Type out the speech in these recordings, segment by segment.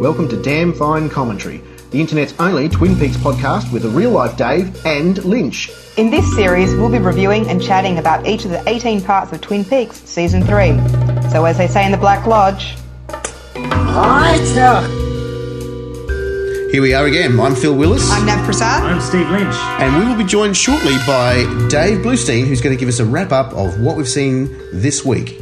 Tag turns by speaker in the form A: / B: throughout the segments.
A: Welcome to Damn Fine Commentary, the internet's only Twin Peaks podcast with the real life Dave and Lynch.
B: In this series, we'll be reviewing and chatting about each of the 18 parts of Twin Peaks Season 3. So, as they say in the Black Lodge,
A: Here we are again. I'm Phil Willis,
B: I'm Nav Prasad.
C: I'm Steve Lynch.
A: and we will be joined shortly by Dave Bluestein, who's going to give us a wrap up of what we've seen this week.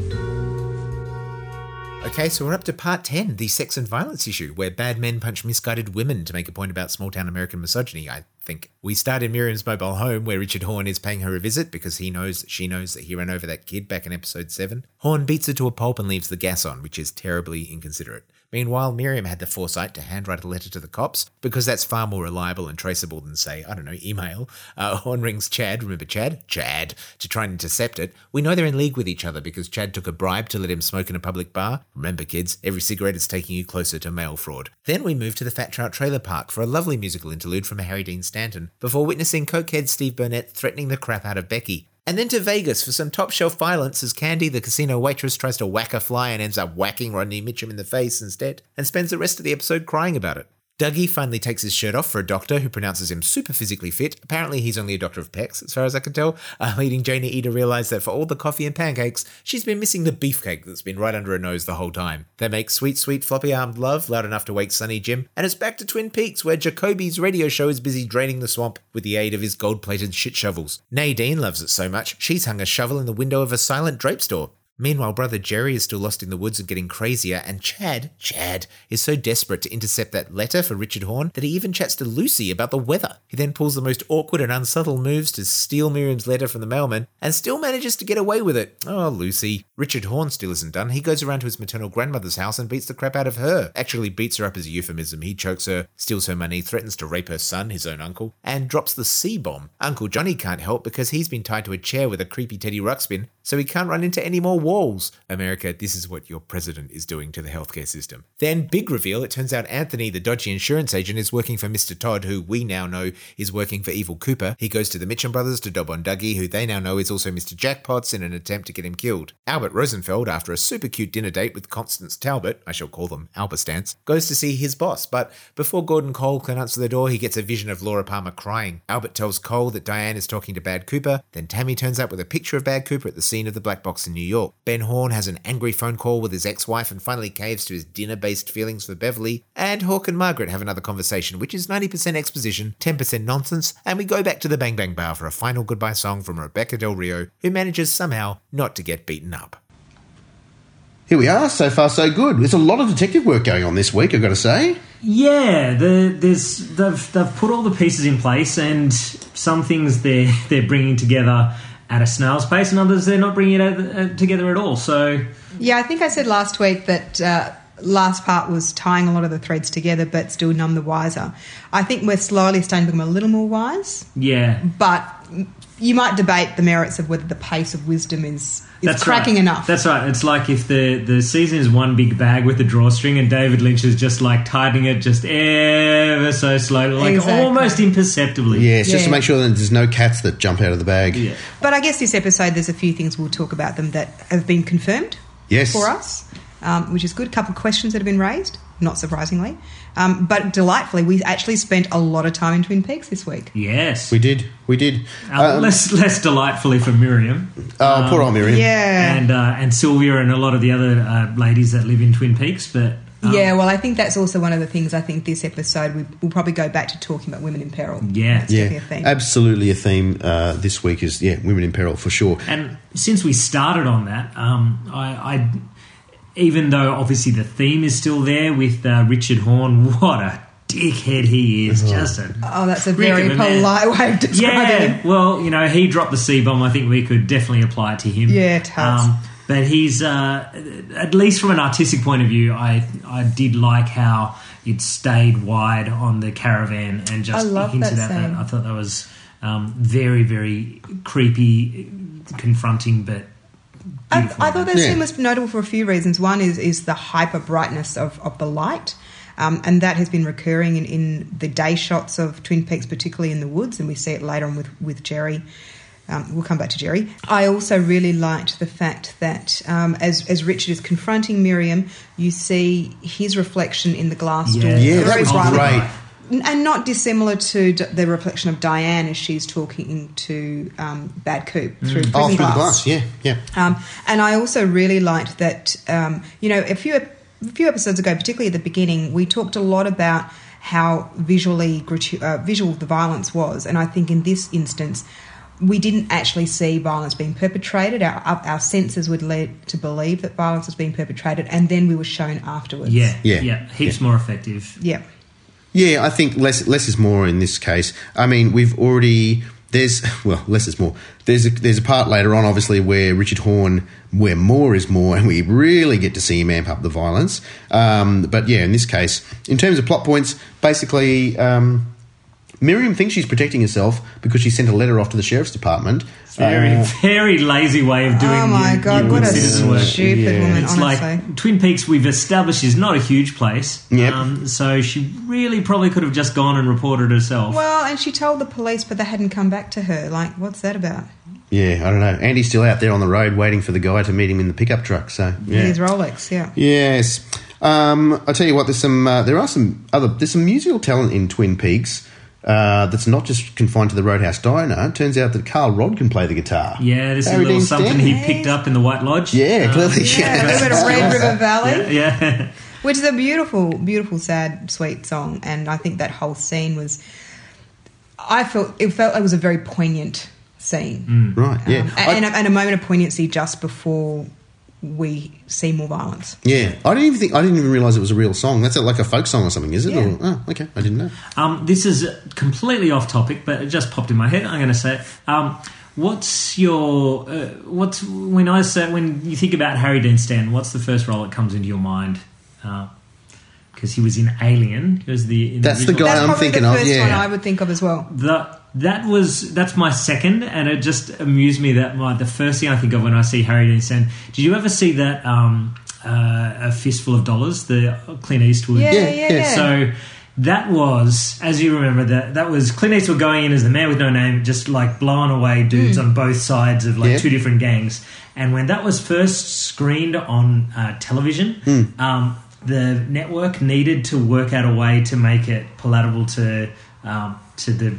D: Okay, so we're up to part 10, the sex and violence issue, where bad men punch misguided women to make a point about small town American misogyny, I think. We start in Miriam's mobile home, where Richard Horn is paying her a visit because he knows that she knows that he ran over that kid back in episode 7. Horn beats her to a pulp and leaves the gas on, which is terribly inconsiderate. Meanwhile, Miriam had the foresight to handwrite a letter to the cops because that's far more reliable and traceable than, say, I don't know, email. Uh, Horn rings Chad, remember Chad? Chad, to try and intercept it. We know they're in league with each other because Chad took a bribe to let him smoke in a public bar. Remember, kids, every cigarette is taking you closer to mail fraud. Then we move to the Fat Trout Trailer Park for a lovely musical interlude from Harry Dean Stanton before witnessing cokehead Steve Burnett threatening the crap out of Becky. And then to Vegas for some top shelf violence as Candy, the casino waitress, tries to whack a fly and ends up whacking Rodney Mitchum in the face instead, and spends the rest of the episode crying about it. Dougie finally takes his shirt off for a doctor who pronounces him super physically fit. Apparently, he's only a doctor of pecs, as far as I can tell, uh, leading Janie E to realize that for all the coffee and pancakes, she's been missing the beefcake that's been right under her nose the whole time. They make sweet, sweet floppy armed love loud enough to wake Sunny Jim, and it's back to Twin Peaks, where Jacoby's radio show is busy draining the swamp with the aid of his gold plated shit shovels. Nadine loves it so much, she's hung a shovel in the window of a silent drape store. Meanwhile, brother Jerry is still lost in the woods and getting crazier, and Chad, Chad, is so desperate to intercept that letter for Richard Horn that he even chats to Lucy about the weather. He then pulls the most awkward and unsubtle moves to steal Miriam's letter from the mailman and still manages to get away with it. Oh, Lucy. Richard Horn still isn't done. He goes around to his maternal grandmother's house and beats the crap out of her. Actually, beats her up as a euphemism. He chokes her, steals her money, threatens to rape her son, his own uncle, and drops the C bomb. Uncle Johnny can't help because he's been tied to a chair with a creepy Teddy Ruxpin, so he can't run into any more walls. America, this is what your president is doing to the healthcare system. Then, big reveal it turns out Anthony, the dodgy insurance agent, is working for Mr. Todd, who we now know is working for Evil Cooper. He goes to the Mitchum brothers to dob on Dougie, who they now know is also Mr. Jackpots, in an attempt to get him killed. Albert Rosenfeld, after a super cute dinner date with Constance Talbot, I shall call them Alberstance, goes to see his boss, but before Gordon Cole can answer the door, he gets a vision of Laura Palmer crying. Albert tells Cole that Diane is talking to Bad Cooper, then Tammy turns up with a picture of Bad Cooper at the scene of the black box in New York. Ben Horn has an angry phone call with his ex wife and finally caves to his dinner based feelings for Beverly, and Hawk and Margaret have another conversation, which is 90% exposition, 10% nonsense, and we go back to the Bang Bang Bar for a final goodbye song from Rebecca Del Rio, who manages somehow not to get beaten up.
E: Here we are, so far so good. There's a lot of detective work going on this week, I've got to say.
C: Yeah, the, there's they've they've put all the pieces in place, and some things they're they're bringing together at a snail's pace, and others they're not bringing it at, uh, together at all. So
F: Yeah, I think I said last week that uh, last part was tying a lot of the threads together, but still none the wiser. I think we're slowly starting to become a little more wise,
C: yeah,
F: but you might debate the merits of whether the pace of wisdom is, is cracking
C: right.
F: enough.
C: That's right. It's like if the the season is one big bag with a drawstring, and David Lynch is just like tightening it just ever so slowly, like
F: Exactly.
C: almost imperceptibly.
E: Yeah, it's just to
F: Yeah.
E: make sure that there's no cats that jump out of the bag.
C: Yeah.
F: But I guess this episode, there's a few things we'll talk about them that have been confirmed
E: Yes.
F: for us, um, which is good. A couple of questions that have been raised, not surprisingly. Um, but delightfully, we actually spent a lot of time in Twin Peaks this week.
C: Yes.
E: We did, we did.
C: uh,
E: Um,
C: less less delightfully for Miriam.
E: oh, poor old Miriam.
F: Yeah.
C: and uh, and Sylvia and a lot of the other uh, ladies that live in Twin Peaks. But um,
F: yeah, well, I think that's also one of the things I think this episode we, we'll probably go back to talking about women in peril.
C: Yeah.
F: That's
E: Yeah,
F: definitely a theme.
E: absolutely a theme uh, this week is, yeah, women in peril for sure.
C: and since we started on that, um, I, I even though obviously the theme is still there with uh, Richard Horn, what a dickhead he is! Just a
F: oh, that's a
C: prick
F: very
C: of a man.
F: polite way of describing
C: Yeah,
F: it.
C: well, you know, he dropped the C bomb. I think we could definitely apply it to him. Um,
F: Yeah, tats.
C: but he's, uh, at least from an artistic point of view, I I did like how it stayed wide on the caravan and just
F: I love
C: hinted
F: that
C: at that.
F: scene.
C: I thought that was um, very, very creepy, confronting, but
F: I,
C: beautiful.
F: I thought that
E: Yeah.
F: scene was notable for a few reasons. One is, is the hyper brightness of, of the light. Um, and that has been recurring in, in the day shots of Twin Peaks, particularly in the woods, and we see it later on with, with Jerry. Um, we'll come back to Jerry. I also really liked the fact that um, as, as Richard is confronting Miriam, you see his reflection in the glass door.
A: Yeah, that
F: Very
A: was
F: brightly
A: great.
F: and not dissimilar to d- the reflection of Diane as she's talking to um, Bad Coop through prison
A: Oh, through
F: glass.
A: the glass. Yeah, yeah.
F: Um, and I also really liked that, um, you know, a few, a few episodes ago, particularly at the beginning, we talked a lot about how visually gratu- uh, visual the violence was. And I think in this instance, we didn't actually see violence being perpetrated. Our, our our senses would lead to believe that violence was being perpetrated, and then we were shown afterwards.
C: Yeah,
A: Yeah.
C: yeah, heaps more effective.
F: Yeah.
A: Yeah, I think less less is more in this case. I mean, we've already there's well less is more. There's a, there's a part later on, obviously, where Richard Horn, where more is more, and we really get to see him amp up the violence. Um, but yeah, in this case, in terms of plot points, basically. Um, Miriam thinks she's protecting herself because she sent a letter off to the sheriff's department.
C: Very,
A: Uh,
C: very lazy way of doing.
F: Oh my
C: your-
F: god,
C: your
F: what
C: good
F: a
C: citizen work.
F: stupid
A: Yeah.
F: woman,
C: It's
F: honestly.
C: like Twin Peaks. We've established is not a huge place,
A: Yep.
C: um, so she really probably could have just gone and reported herself.
F: Well, and she told the police, but they hadn't come back to her. Like, what's that about?
A: yeah, I don't know. Andy's still out there on the road waiting for the guy to meet him in the pickup truck. So yeah.
F: These Rolex, yeah.
A: Yes. Um, I tell you what, there's some. Uh, there are some other. There's some musical talent in Twin Peaks uh, that's not just confined to the Roadhouse Diner. It turns out that Carl Rod can play the guitar.
C: yeah, this is a
A: Harry
C: little
A: Dean
C: something
A: Stanton.
C: he picked up in the White Lodge.
A: Yeah,
C: Um,
A: clearly.
F: Oh, Yeah, we went to Red River Valley,
C: yeah.
F: which is a beautiful, beautiful, sad, sweet song. And I think that whole scene was, I felt it felt it was a very poignant scene,
A: Right.
F: Um,
A: Yeah.
F: and,
A: I-
F: and, a, and a moment of poignancy just before we see more violence.
A: yeah. I didn't even think. I didn't even realize it was a real song. That's a, like a folk song or something, is it?
F: Yeah.
A: Or, oh, okay. I didn't know.
C: Um, this is completely off topic, but it just popped in my head. I'm going to say, it. um, what's your uh, what's when I say when you think about Harry Dean Stanton, what's the first role that comes into your mind? Because he was in Alien. He was the in
A: That's the
C: original-
A: guy
F: That's
A: Oh, I'm
F: probably
A: thinking
F: the
A: of,
F: first
A: yeah.
F: one I would think of as well.
C: The, that was that's my second, and it just amused me that my the first thing I think of when I see Harry Dean Stanton. Did you ever see that um, uh, a fistful of dollars? The Clint Eastwood.
F: Yeah,
A: Yeah,
F: yeah,
A: yeah.
F: yeah.
C: So that was, as you remember, that that was Clint Eastwood going in as the man with no name, just like blowing away dudes on both sides of like
A: Yeah.
C: two different gangs. And when that was first screened on uh, television, um, the network needed to work out a way to make it palatable to um, to the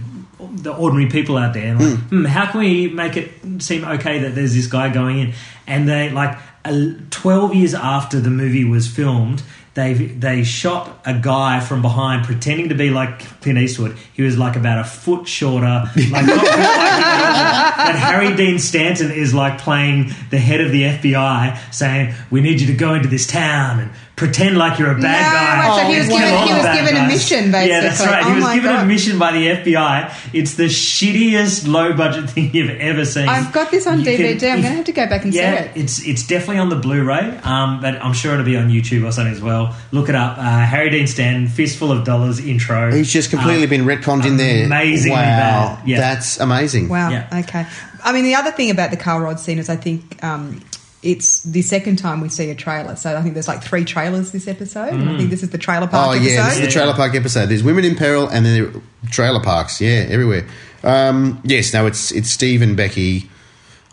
C: the ordinary people out there. And like, hmm, how can we make it seem okay that there's this guy going in? And they like a- twelve years after the movie was filmed, they they shot a guy from behind pretending to be like Clint Eastwood. He was like about a foot shorter, like not built like him at all. And Harry Dean Stanton is like playing the head of the FBI, saying, "We need you to go into this town and pretend like you're a bad
F: No,
C: guy."
F: wait, so he
C: and
F: was
C: kill
F: given-
C: all
F: he
C: the
F: was
C: bad
F: given a
C: guys."
F: mission,
C: Yeah, that's
F: basically.
C: right. He
F: Oh
C: was
F: my
C: given a
F: God.
C: mission by the FBI. It's the shittiest low budget thing you've ever seen.
F: I've got this on
C: You
F: DVD. I'm
C: if-
F: gonna have to go back and see
C: yeah,
F: it.
C: It's it's definitely on the Blu-ray, um, but I'm sure it'll be on YouTube or something as well. Look it up. Uh, Harry Dean Stanton, fistful of dollars intro.
F: Uh,
A: He's just completely
C: Um,
A: been retconned in there.
C: amazingly
A: Wow.
C: bad. Yeah.
A: That's amazing.
F: Wow.
C: Yeah.
F: Okay. I mean, the other thing about the Carl Rod scene is I think um, it's the second time we see a trailer. So I think there's like three trailers this episode. And I think this is the trailer park
A: Mm. Oh
F: episode.
A: yeah, this is the
C: Yeah.
A: trailer park episode. There's women in peril, and then there are trailer parks. Yeah, everywhere. Um, yes, no, it's it's Steve and Becky.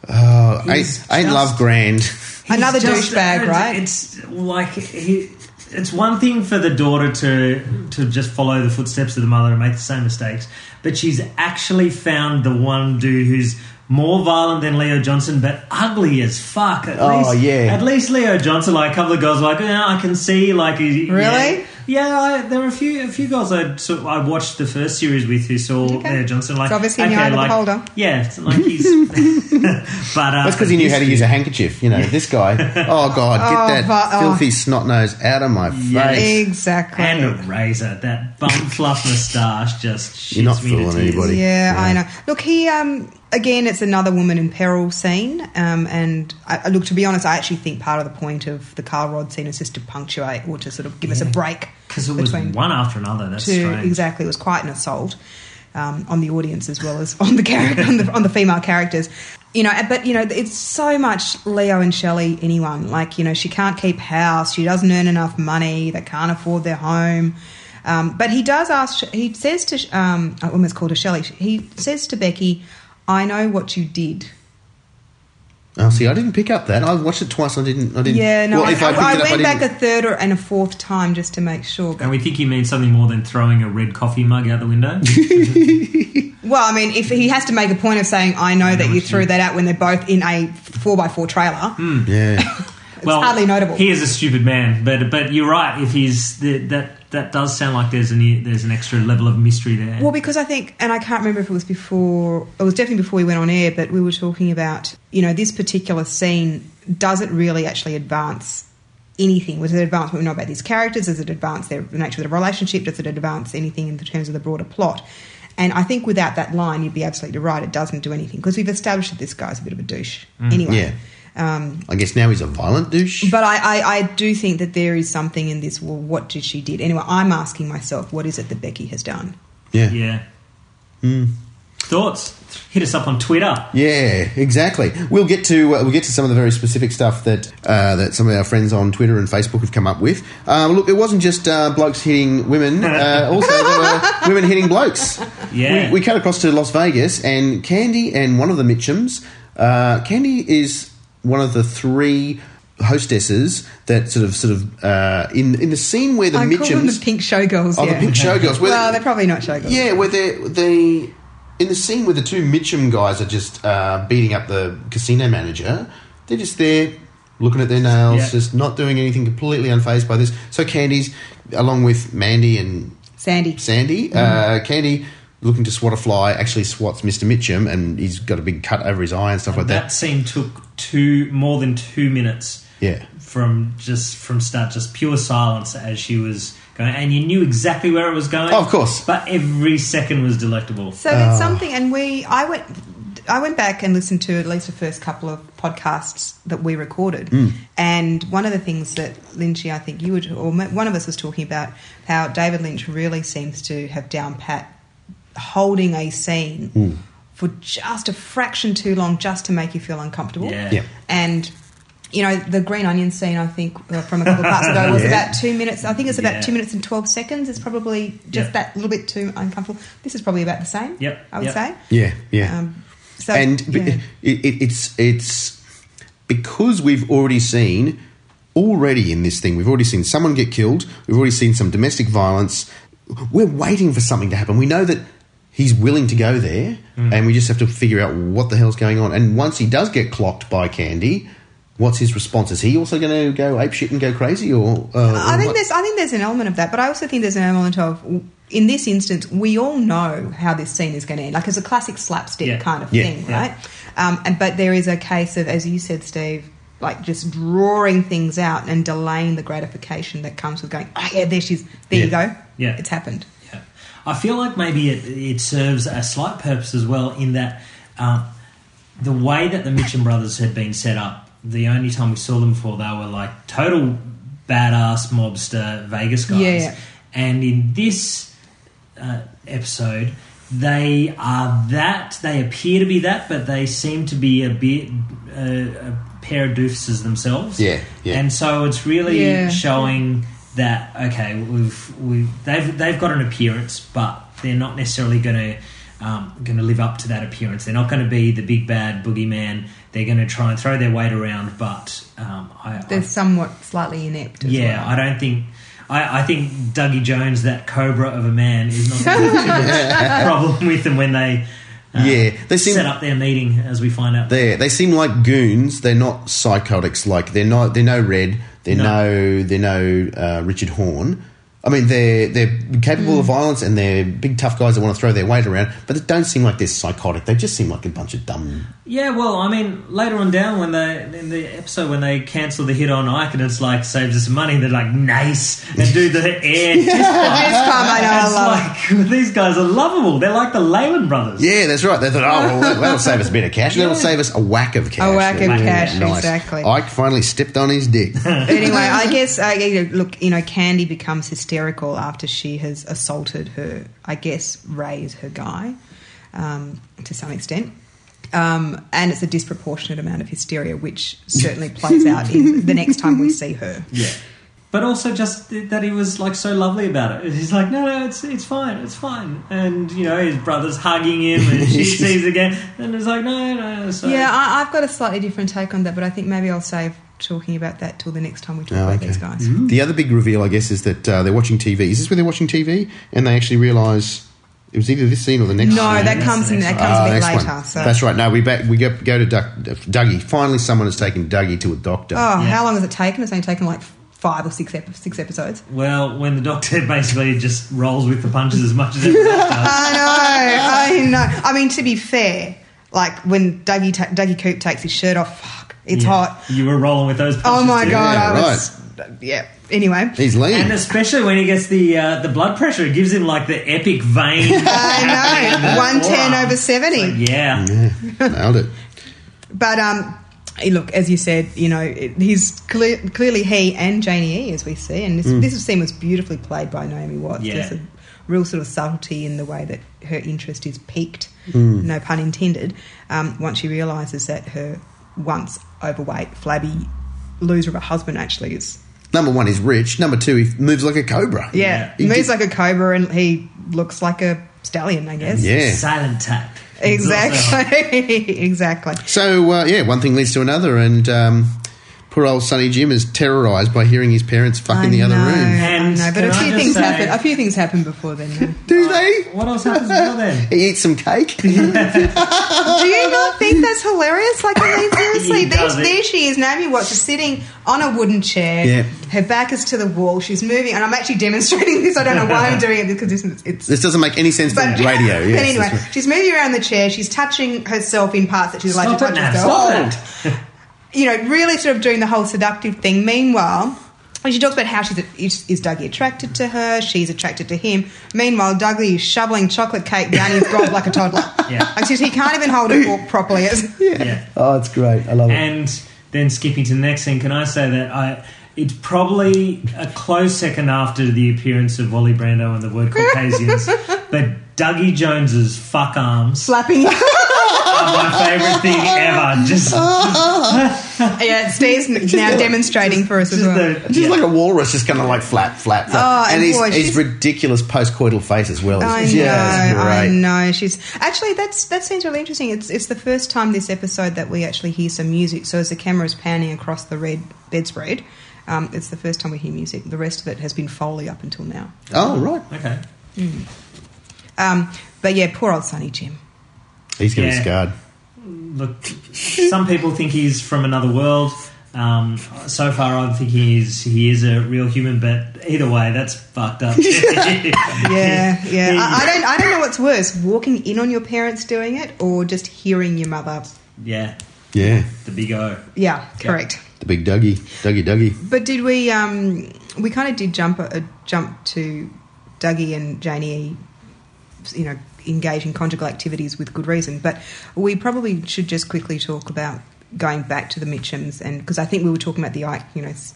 A: Oh, I,
C: He's
A: I
C: just-
A: love Grand.
C: he's
F: Another
C: just-
F: douchebag,
C: it's-
F: right?
C: It's like he. It's one thing for the daughter to to just follow the footsteps of the mother and make the same mistakes, but she's actually found the one dude who's more violent than Leo Johnson, but ugly as fuck. At
A: Oh,
C: least,
A: yeah.
C: At least Leo Johnson, like a couple of girls, were like yeah, I can see, like he-
F: Really?
C: yeah, yeah I, there were a few a few girls I sort of- I watched the first series with who saw
F: Okay.
C: Leo Johnson, like
F: It's obviously in the eye of the
C: like,
F: beholder.
C: Yeah, it's like he's, but uh,
A: That's because he knew how to use a handkerchief. You know, this guy. Oh God,
F: Oh,
A: get that
F: but- oh.
A: filthy snot nose out of my face.
F: Exactly.
C: and a razor. That bum fluff moustache just shits
A: You're not
C: me to
A: fooling
C: tears.
A: anybody.
F: yeah,
A: Yeah.
F: I know. Look, he um, again, it's another woman in peril scene, um, and I, I- look, to be honest, I actually think part of the point of the Carl Rod scene is just to punctuate or to sort of give us a break
C: Because it was one after another. That's strange.
F: exactly. It was quite an assault um, on the audience as well as on the character on the, on the female characters. You know, but you know, it's so much Leo and Shelley. Anyone like you know, she can't keep house. She doesn't earn enough money. They can't afford their home. Um, but he does ask. He says to um, I almost called her Shelley. He says to Becky, I know what you did.
A: Oh, see, I didn't pick up that. I watched it twice. I didn't. I didn't.
F: Yeah, no,
A: Well,
F: I,
A: if
F: I,
A: I, picked
F: I
A: it up, I
F: went back
A: didn't-
F: a third or, and a fourth time just to make sure.
C: And we think you mean something more than throwing a red coffee mug out the window.
F: Well, I mean, if he has to make a point of saying, "I know that you threw that out when they're both in a four x four trailer,"
A: yeah.
C: well,
F: hardly notable.
C: He is a stupid man, but but you're right. If he's the, that that does sound like there's an there's an extra level of mystery there.
F: Well, because I think, and I can't remember if it was before, it was definitely before we went on air, but we were talking about, you know, this particular scene, does it really actually advance anything? Was it advance what we know about these characters? Does it advance their, the nature of the relationship? Does it advance anything in terms of the broader plot? And I think without that line, you'd be absolutely right, it doesn't do anything, because we've established that this guy's a bit of a douche anyway. Yeah. Um,
A: I guess now he's a violent douche.
F: but I, I, I do think that there is something in this. Well, what did she did? Anyway, I'm asking myself, what is it that Becky has done?
A: yeah. yeah.
C: yeah.
A: Hmm.
C: Thoughts? Hit us up on Twitter.
A: exactly. We'll get to uh, we'll get to some of the very specific stuff that uh, that some of our friends on Twitter and Facebook have come up with. Um, look, it wasn't just uh, blokes hitting women; uh, also there were women hitting blokes.
C: Yeah.
A: We, we cut across to Las Vegas, and Candy and one of the Mitchums. Uh, Candy is one of the three hostesses that sort of sort of uh, in in the scene where the
F: I
A: Mitchums
F: call them the pink showgirls.
A: Oh,
F: yeah.
A: the pink showgirls. Where
F: Well,
A: they-
F: they're probably not showgirls.
A: Yeah, where they they in the scene where the two Mitchum guys are just uh, beating up the casino manager. They're just there looking at their nails,
C: Yeah.
A: just not doing anything, completely unfazed by this. So Candy's along with Mandy and
F: Sandy.
A: Sandy,
C: Mm-hmm.
A: uh, Candy. Looking to swat a fly, actually swats Mr. Mitchum, and he's got a big cut over his eye and stuff like
C: that
A: that.
C: scene took two more than two minutes.
A: Yeah.
C: From just from start, just pure silence as she was going, and you knew exactly where it was going.
A: Oh, of course.
C: But every second was delectable.
F: So there's something, and we, I went, I went back and listened to at least the first couple of podcasts that we recorded, and one of the things that Lynchy, I think you were, or m- one of us was talking about how David Lynch really seems to have down pat holding a scene for just a fraction too long, just to make you feel uncomfortable,
C: Yeah.
A: Yeah.
F: and. You know the green onion scene. I think uh, from a couple of parts ago was
A: Yeah.
F: about two minutes. I think it's about
C: Yeah.
F: two minutes and twelve seconds. It's probably just
C: Yeah.
F: that little bit too uncomfortable. This is probably about the same.
C: Yep,
F: I would
C: yep.
F: say.
A: Yeah, yeah.
F: Um, so,
A: and b-
F: yeah.
A: it, it, it's it's because we've already seen already in this thing we've already seen someone get killed we've already seen some domestic violence we're waiting for something to happen we know that he's willing to go there
F: Hmm.
A: and we just have to figure out what the hell's going on and once he does get clocked by candy what's his response is he also going to go ape shit and go crazy or uh,
F: I
A: or
F: think
A: what?
F: there's I think there's an element of that, but I also think there's an element of in this instance we all know how this scene is going to end. Like it's a classic slapstick
C: Yeah.
F: kind of
A: Yeah.
F: thing,
C: Yeah.
F: right? Um, and but there is a case of, as you said, Steve. Like just drawing things out and delaying the gratification that comes with going, oh yeah, there she's, there you
A: Yeah.
F: go,
C: Yeah.
F: it's happened.
C: Yeah. I feel like maybe it, it serves a slight purpose as well in that um, the way that the Mitchum brothers had been set up, the only time we saw them before, they were like total badass mobster Vegas guys.
F: Yeah, yeah.
C: And in this uh, episode, they are that. They appear to be that, but they seem to be a bit uh, a pair of doofuses themselves.
A: Yeah, yeah.
C: And so it's really
F: Yeah.
C: showing that okay, we've we've they've they've got an appearance, but they're not necessarily going to. Um, going to live up to that appearance. They're not going to be the big bad boogeyman. They're going to try and throw their weight around, but um, I, I
F: They're somewhat slightly inept. As
C: yeah,
F: well.
C: I don't think. I, I think Dougie Jones, that cobra of a man, is not going to have too much problem with them when they uh,
A: Yeah, they seem-
C: set up their meeting, as we find out.
A: They they seem like goons. They're not psychotics. Like they're not. They're no Red. They're
C: No.
A: no. they're no uh, Richard Horn. I mean, they're they're capable of violence and they're big tough guys that want to throw their weight around. But they don't seem like they're psychotic. They just seem like a bunch of dumb.
C: yeah, well, I mean, later on down when they in the episode when they cancel the hit on Ike and it's like saves us some money, they're like nice and do the air. fist bump.
F: This time I know I
C: It's
F: love it.
C: like these guys are lovable. They're like the Leyland brothers.
A: Yeah, that's right. They thought, oh, well, that- that'll save us a bit of cash. That'll
C: Yeah.
A: save us a whack of cash.
F: A whack of
A: Yeah,
F: cash, exactly.
A: Ike finally stepped on his dick.
F: anyway, I guess I, you know, look, you know, Candy becomes hysterical after she has assaulted her. I guess Ray's her guy, um, to some extent, um, and it's a disproportionate amount of hysteria, which certainly plays out in the next time we see her.
C: Yeah. but also just th- that he was like so lovely about it. He's like, no, no, it's it's fine, it's fine. And you know, his brother's hugging him, and she sees again, and it's like, no, no, no. So,
F: Yeah, I, I've got a slightly different take on that, but I think maybe I'll save talking about that till the next time we talk
A: Oh,
F: about
A: okay.
F: these guys.
A: The other big reveal, I guess, is that uh, they're watching TV. Is this where they're watching TV and they actually realise it was either this scene or the next?
F: No, that
A: scene.
C: that's
F: comes
C: the
F: in,
C: next
F: that
C: one.
F: comes
A: Ah,
F: a bit
A: next one.
F: later. So.
A: That's right. No, we back, we go, go to Doug, Dougie. Finally, someone has taken Dougie to a doctor.
F: Oh,
C: Yeah.
F: how long has it taken? It's only taken like five or six ep- six episodes.
C: well, when the doctor basically just rolls with the punches as much as everyone else does.
F: I know, I know. I mean, to be fair, like when Dougie ta- Dougie Coop takes his shirt off, fuck, it's
C: Yeah.
F: hot.
C: You were rolling with those. Punches
F: Oh my
C: too.
F: god,
A: Yeah,
F: I was. Yeah. Anyway,
A: He's lean.
C: And especially when he gets the uh, the blood pressure, it gives him like the epic vein.
F: I know one ten over seventy.
C: yeah.
A: Nailed it.
F: But um, hey, look, as you said, you know, it- he's clear, clearly he and Janie E, as we see, and this, this scene was beautifully played by Naomi Watts.
C: Mm. Yeah.
F: There's a real sort of subtlety in the way that her interest is piqued,
C: Mm.
F: no pun intended, um, once she realises that her once overweight, flabby loser of a husband actually is.
A: Number one, he's rich. Number two, he moves like a cobra.
F: Yeah,
A: He
F: moves like
A: did-
F: a cobra and he looks like a stallion, I guess.
A: Yeah.
C: Silent type.
F: Exactly. exactly.
A: So uh, yeah, one thing leads to another, and um, poor old Sonny Jim is terrorised by hearing his parents fuck in the other
F: know,
A: room.
C: And
F: I know, but
C: can
F: a
C: I
F: few
C: just
F: things
C: say-
F: happen. A few things happen before then. though.
A: Do they?
C: What else happens Oh. well then?
A: He eats some cake.
F: Oh, Do you not think that's hilarious? Like, I mean, seriously,
C: He
F: there,
C: does it.
F: there she is. Naomi Watts is sitting on a wooden chair.
A: Yeah.
F: Her back is to the wall. She's moving, and I'm actually demonstrating this. I don't know why I'm doing it because this is- it's.
A: this doesn't make any sense for
F: but
A: radio. Yes,
F: but anyway,
A: that's right.
F: she's moving around the chair. She's touching herself in parts that she's allowed
C: Stop
F: to
C: it
F: touch
C: now.
F: herself.
C: Stop it.
F: you know, really sort of doing the whole seductive thing. Meanwhile, and she talks about how she's is, is Dougie attracted to her, she's attracted to him. Meanwhile, Dougie is shoveling chocolate cake down his gob like a toddler.
C: Yeah.
F: Like, seriously, he can't even hold a fork properly. It's,
C: Yeah.
A: Oh, it's great. I love
C: And then skipping to the next thing, can I say that I? It's probably a close second after the appearance of Wally Brando and the word Caucasians, but Dougie Jones's fuck arms are
F: slapping.
C: my favourite thing ever. Just,
F: yeah, Steve's now demonstrating for us as
C: just
F: well.
C: the
A: She's like a walrus, just kind of like flap, flap, flap.
F: Oh,
A: and
F: and
A: his,
F: boy,
A: his
F: she's-
A: ridiculous postcoital face as well.
F: I
A: It's
F: know,
A: just
F: I
A: great.
F: know. She's actually that's that seems really interesting. It's it's the first time this episode that we actually hear some music. So as the camera is panning across the red bedspread, um, it's the first time we hear music. The rest of it has been foley up until now.
A: Oh, right.
C: okay.
F: Um, but yeah, poor old Sonny Jim.
A: He's going to
C: Yeah.
A: be scarred.
C: Look, some people think he's from another world. Um, so far, I think he is he is a real human, but either way, that's fucked up.
F: Yeah, yeah. I, I don't I don't know what's worse, walking in on your parents doing it or just hearing your mother.
C: yeah,
A: Yeah.
C: the big O.
F: Yeah, correct.
A: The big Dougie. Dougie Dougie.
F: But did we? Um, we kind of did jump a, a jump to Dougie and Janie, you know, engage in conjugal activities with good reason. But we probably should just quickly talk about going back to the Mitchums, and because I think we were talking about the Ike, you know, s-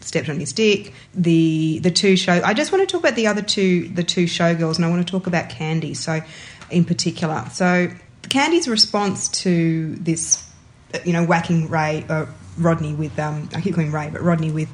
F: stepped on his dick. The the two show. I just want to talk about the other two, the two showgirls, and I want to talk about Candy. So, in particular, so Candy's response to this, uh, you know, whacking Ray uh, Rodney with um, I keep calling him Ray, but Rodney with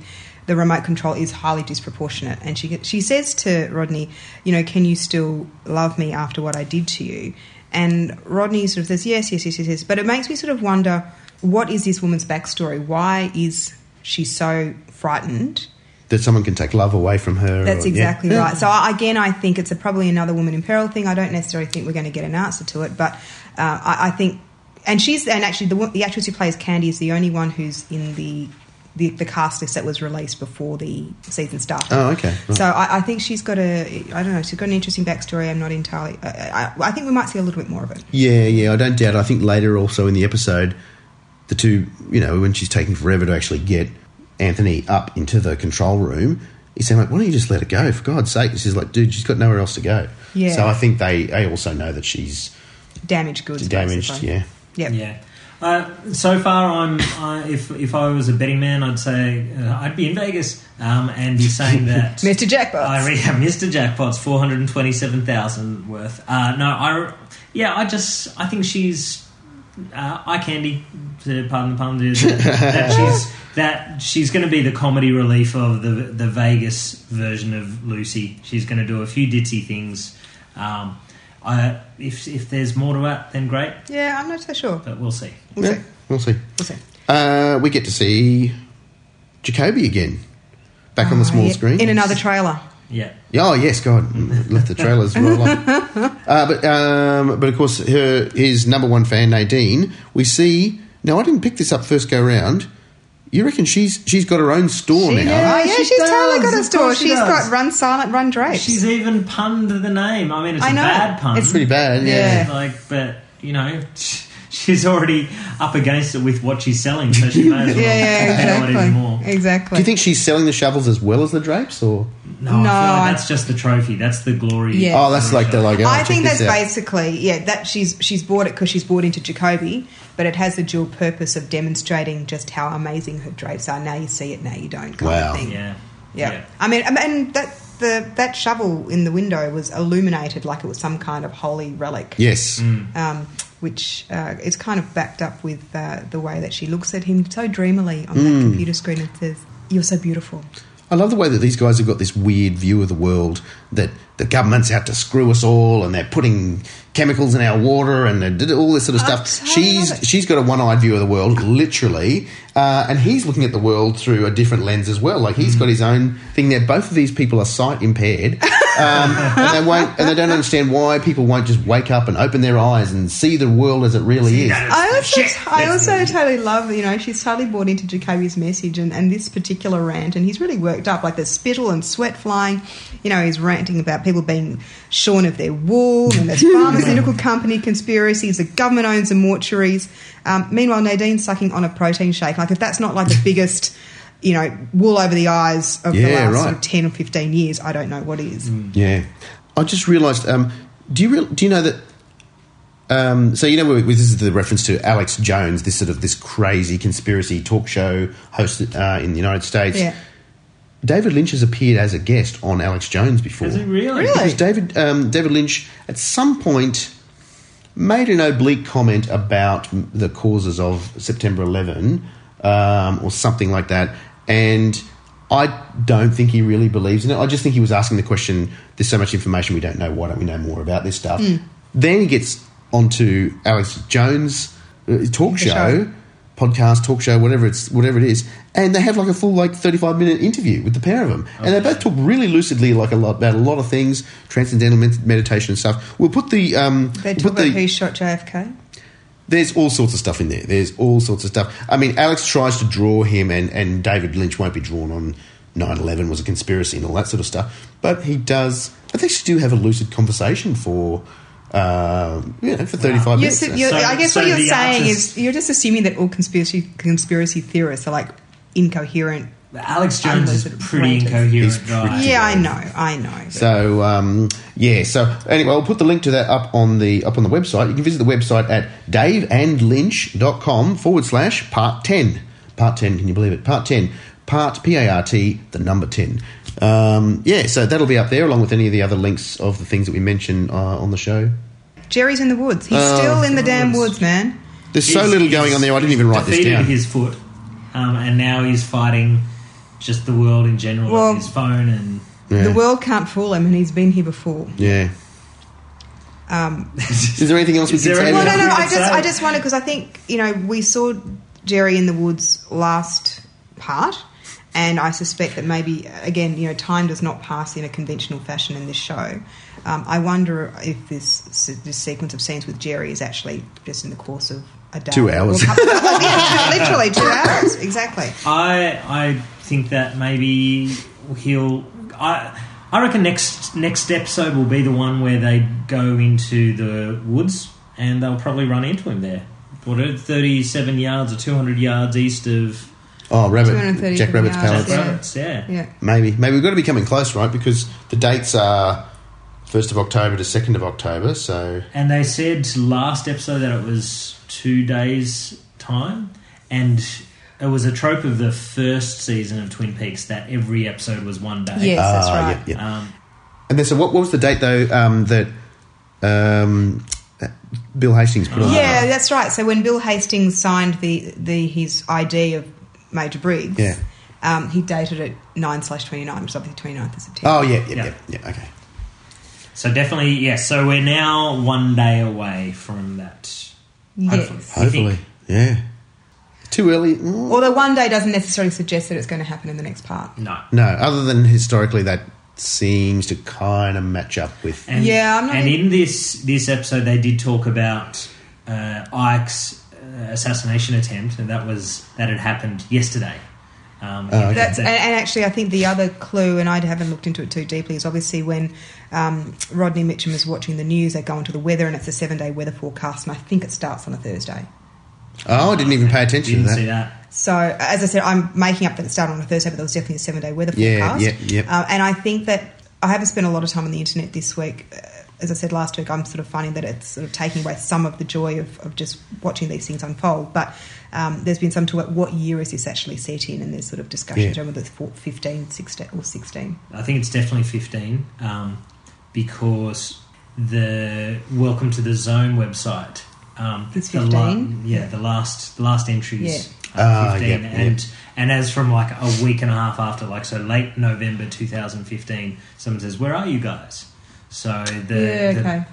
F: the remote control is highly disproportionate. And she she says to Rodney, you know, can you still love me after what I did to you? And Rodney sort of says, yes, yes, yes, yes, yes. But it makes me sort of wonder, what is this woman's backstory? Why is she so frightened?
A: That someone can take love away from her.
F: That's
A: or- Oh, yeah.
F: exactly right. So I- again, I think it's a probably another woman in peril thing. I don't necessarily think we're going to get an answer to it, but uh, I, I think, and she's and actually the, wo- the actress who plays Candy is the only one who's in the. The, the cast list that was released before the season started.
A: Oh, okay. Right.
F: So I, I think she's got a, I don't know, she's got an interesting backstory. I'm not entirely, I, I, I think we might see a little bit more of it.
A: Yeah, yeah, I don't doubt. it. I think later also in the episode, the two, you know, when she's taking forever to actually get Anthony up into the control room, he's saying like, "Why don't you just let her go? For God's sake!" And she's like, "Dude, she's got nowhere else to go."
F: Yeah.
A: So I think they, they also know that she's
F: Damaged goods.
A: damaged.
F: basically.
A: Yeah.
F: Yep.
C: Yeah. Uh, so far, I'm. I if if I was a betting man, I'd say uh, I'd be in Vegas um, and be saying that
F: Mr. Jackpot.
C: I re- Mr. Jackpot's four hundred twenty-seven thousand worth. Uh, no, I. Yeah, I just. I think she's uh, eye candy, to pardon the pun, is that, that she's that she's going to be the comedy relief of the the Vegas version of Lucy. She's going to do a few ditzy things. Um, I, if if there's more to it, then great,
F: Yeah, I'm not so sure.
C: but we'll see.
F: We'll
A: Yeah,
F: see.
A: we'll see.
F: We'll see.
A: Uh, we get to see Jacoby again, back on the small
F: Ah, Uh, Yeah,
A: screen
F: In another trailer.
C: Yeah,
A: Oh yes, God, Mm, left the trailers roll on. Uh, but um, but of course, her his number one fan Nadine. We see now. I didn't pick this up first go round. You reckon she's she's got her own store
C: She
A: now?
C: has.
F: Oh,
C: Oh,
F: yeah,
C: she
F: she's totally
C: does.
F: got a
C: Of
F: store.
C: course she
F: She's
C: does.
F: got Run Silent, Run Drapes.
C: she's even punned the name. I mean, it's
F: I
C: a
F: know.
C: bad pun.
F: It's
A: Pretty bad. Yeah.
F: Yeah.
C: Like, but you know, she's already up against it with what she's selling, so she may as well
F: yeah, yeah,
C: get on it anymore.
F: exactly. Exactly.
A: Do you think she's selling the shovels as well as the drapes, or
C: No, I feel
F: No, I-
C: like that's just the trophy. That's the glory.
F: Yeah.
A: oh, that's like the like. Oh,
F: I
A: check
F: think
A: this
F: that's
A: out.
F: basically yeah. That she's she's bought it because she's bought into Jacoby, but it has the dual purpose of demonstrating just how amazing her drapes are. Now you see it, now you don't. Kind
A: Wow.
F: Of thing.
C: Yeah.
F: Yeah. I mean, um, and that the that shovel in the window was illuminated like it was some kind of holy relic,
A: Yes.
F: um, which uh, is kind of backed up with uh, the way that she looks at him so dreamily on that computer screen and says, "You're so beautiful."
A: I love the way that these guys have got this weird view of the world that the government's out to screw us all, and they're putting chemicals in our water and they did all this sort of
F: I
A: stuff.
F: totally love
A: she's
F: it.
A: she's got a one-eyed view of the world, literally, uh, and he's looking at the world through a different lens as well. Like he's got his own thing there. Both of these people are sight impaired, um, and they won't, and they don't understand why people won't just wake up and open their eyes and see the world as it really is.
F: I also, I
C: That's
F: also totally love, you know, she's totally bought into Jacoby's message and, and this particular rant, and he's really worked up. Like there's spittle and sweat flying. You know, he's ranting about people being shorn of their wool, and there's pharmaceutical company conspiracies, the government owns the mortuaries. Um, meanwhile, Nadine's sucking on a protein shake. Like if that's not like the biggest, you know, wool over the eyes of the
A: Yeah,
F: last sort
A: right. Mm.
F: of ten or fifteen years, I don't know what is.
A: Yeah, I just realised. Um, do you real, do you know that? Um, so you know, we, we- this is the reference to Alex Jones, this sort of this crazy conspiracy talk show host uh, in the United States.
F: Yeah.
A: David Lynch has appeared as a guest on Alex Jones before.
C: Is it really?
F: Really?
A: Because David um, David Lynch at some point made an oblique comment about m- the causes of September 11 um, or something like that, and I don't think he really believes in it. I just think he was asking the question: "There's so much information we don't know. Why don't we know more about this stuff?"
F: Hmm.
A: Then he gets onto Alex Jones' uh, talk show,
F: show.
A: podcast, talk show, whatever it's whatever it is, and they have like a full like 35 minute interview with the pair of them,
F: Oh,
A: and they both talk really lucidly like a lot about a lot of things, transcendental med- meditation and stuff. We'll put the um,
F: They
A: we'll
F: talk
A: put
F: about
A: the
F: who shot JFK.
A: there's all sorts of stuff in there. There's all sorts of stuff. I mean, Alex tries to draw him, and, and David Lynch won't be drawn on 9 11 was a conspiracy and all that sort of stuff. But he does, but they actually do have a lucid conversation for, uh, you know, for 35
F: You're,
A: minutes.
F: su- you're,
C: So-
F: I guess
C: so
F: what you're
C: the
F: saying
C: artist-
F: is you're just assuming that all conspiracy conspiracy theorists are like incoherent.
C: Alex Jones is
F: Unlisted
C: pretty
F: ranters.
A: He's
C: incoherent
A: pretty-
C: guy.
F: Yeah, I know, I know.
A: So um, yeah. So anyway, I'll put the link to that up on the up on the website. You can visit the website at daveandlynch.com forward slash part ten. Part ten. Can you believe it? Part ten. Part P A R T. The number ten. Um, yeah. So that'll be up there along with any of the other links of the things that we mention uh, on the show.
F: Jerry's in the woods. He's still in the damn woods, man.
A: There's so
C: He's-
A: little going on there. I didn't even write this
C: defeated
A: down.
C: his foot, um, and now he's fighting just the world in general.
F: Well-
C: with his phone and
A: Yeah.
F: The world can't fool him, and he's been here before.
A: yeah.
F: Um,
A: Is there anything else we
C: Is
A: can
C: there
A: say?
C: any-
F: well,
A: about
F: no,
A: it?
F: no, I
C: we could
F: just,
C: say.
F: I just wonder because I think you know we saw Jerry in the woods last part, and I suspect that maybe again, you know, time does not pass in a conventional fashion in this show. Um, I wonder if this this sequence of scenes with Jerry is actually just in the course of a day,
A: Two hours.
F: Or a couple- well, yeah, literally two hours, exactly.
C: I I think that maybe he'll I I reckon next next episode will be the one where they go into the woods and they'll probably run into him there. What thirty seven yards or two hundred yards east of
A: Oh, rabbit.
F: 230
A: Jack Rabbit's
F: from the
A: palace.
F: outside. Yeah.
C: Rabbits, yeah.
F: Yeah,
A: Maybe. Maybe we've got to be coming close, right? Because the dates are 1st of October to 2nd of October, so.
C: And they said last episode that it was two days time and it was a trope of the first season of Twin Peaks that every episode was one day.
F: yes, that's
A: Ah,
F: right.
A: yeah, yeah.
C: Um,
A: And then, so what, what was the date, though, um, that um, Bill Hastings put on. that.
F: Yeah, that's right. So when Bill Hastings signed the, the his ID of Major Briggs,
A: Yeah.
F: um, he dated it 9 slash 29, which is obviously 29th of September.
A: Oh yeah, yeah,
C: Yeah.
A: yeah, yeah, Okay.
C: So definitely, yes. so we're now one day away from that. Hopefully.
F: Yes.
C: You think-
A: Hopefully, yeah. Too early. Mm.
F: Although one day doesn't necessarily suggest that it's going to happen in the next part.
C: No.
A: No, other than historically, that seems to kind of match up with.
C: And,
F: Yeah, I'm not
C: and
F: in-
C: in this this episode, they did talk about uh, Ike's uh, assassination attempt, and that was that had happened yesterday. Um,
A: Oh, okay.
F: That's,
C: that-
F: and, and actually, I think the other clue, and I haven't looked into it too deeply, is obviously when um, Rodney Mitchum is watching the news, they go onto the weather, and it's a seven day weather forecast, and I think it starts on a Thursday.
A: Oh, I didn't even pay
C: you
A: attention
C: didn't
A: to
C: see
A: that.
C: that.
F: So, as I said, I'm making up that it started on a Thursday, but there was definitely a seven day weather
A: Yeah,
F: forecast.
A: yeah, yeah.
F: Uh, and I think that I haven't spent a lot of time on the internet this week. Uh, as I said last week, I'm sort of finding that it's sort of taking away some of the joy of, of just watching these things unfold. But um, there's been some talk about what year is this actually set in, and there's sort of discussions
A: Yeah.
F: around whether it's four- 15, 16, or 16.
C: I think it's definitely fifteen um, because the Welcome to the Zone website. Um,
F: It's
C: the la-
F: 15?
C: yeah, the last the last entry is
A: Ah,
C: uh, fifteen,
A: yep, yep.
C: and and as from like a week and a half after, like so late November two thousand fifteen, someone says, "Where are you guys?" So the,
F: yeah,
C: the
F: okay.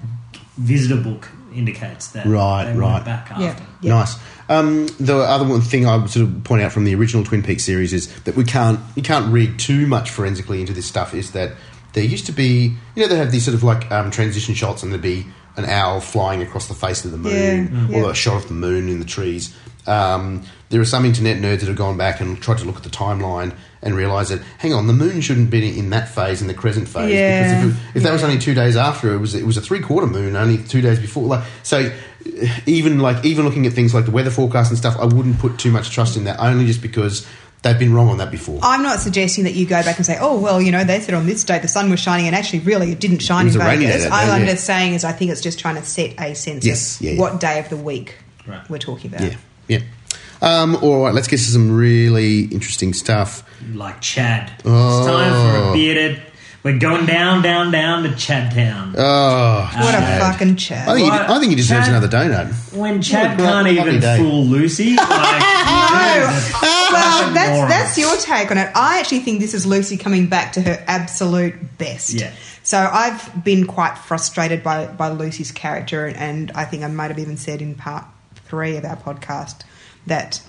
C: visitor book indicates that
A: Right,
C: they
A: right.
C: went back after.
F: Yeah. yeah.
A: Nice. Um, the other one thing I would sort of point out from the original Twin Peaks series is that we can't you can't read too much forensically into this stuff. Is that there used to be you know they have these sort of like um, transition shots and there'd be an owl flying across the face of the moon
F: Yeah, Mm.
A: or
F: yeah.
A: a shot of the moon in the trees. Um, there are some internet nerds that have gone back and tried to look at the timeline and realise that hang on the moon shouldn't be in that phase in the crescent phase
F: Yeah.
A: because if, it, if that was only two days after it was it was a three quarter moon only two days before like so even like even looking at things like the weather forecast and stuff I wouldn't put too much trust in that only just because they've been wrong on that before
F: I'm not suggesting that you go back and say, oh, well, you know, they said on this date the sun was shining and actually really it didn't shine
A: It was
F: in
A: a rainy day
F: Vegas.
A: that
F: All
A: day,
F: I'm
A: yeah.
F: just saying is I think it's just trying to set a sense
A: Yes,
F: of
A: yeah, yeah.
F: what day of the week
C: Right.
F: we're talking about.
A: yeah yeah um, all right let's get to some really interesting stuff
C: Like Chad.
A: Oh.
C: It's time for a bearded. We're going down, down, down to Chad Town.
A: oh
F: What a
A: Chad.
F: fucking chat.
A: I think, he,
C: What?
A: I think he deserves
C: Chad-
A: another donut
C: when Chad
A: What a
C: can't
A: lovely
C: even
A: day.
C: fool Lucy, like, no.
F: well, that's that's your take on it. I actually think this is Lucy coming back to her absolute best.
C: Yeah.
F: So I've been quite frustrated by by Lucy's character, and I think I might have even said in part three of our podcast that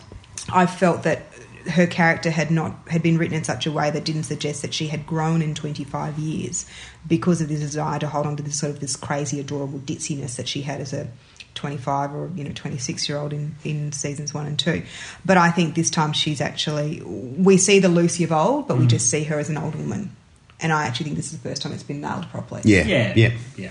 F: I felt that her character had not had been written in such a way that didn't suggest that she had grown in 25 years because of this desire to hold on to this sort of this crazy adorable ditziness that she had as a 25 or you know 26 year old in in seasons one and two but i think this time she's actually we see the lucy of old but we just see her as an old woman and i actually think this is the first time it's been nailed properly
A: yeah
C: Yeah.
A: yeah
C: Yeah.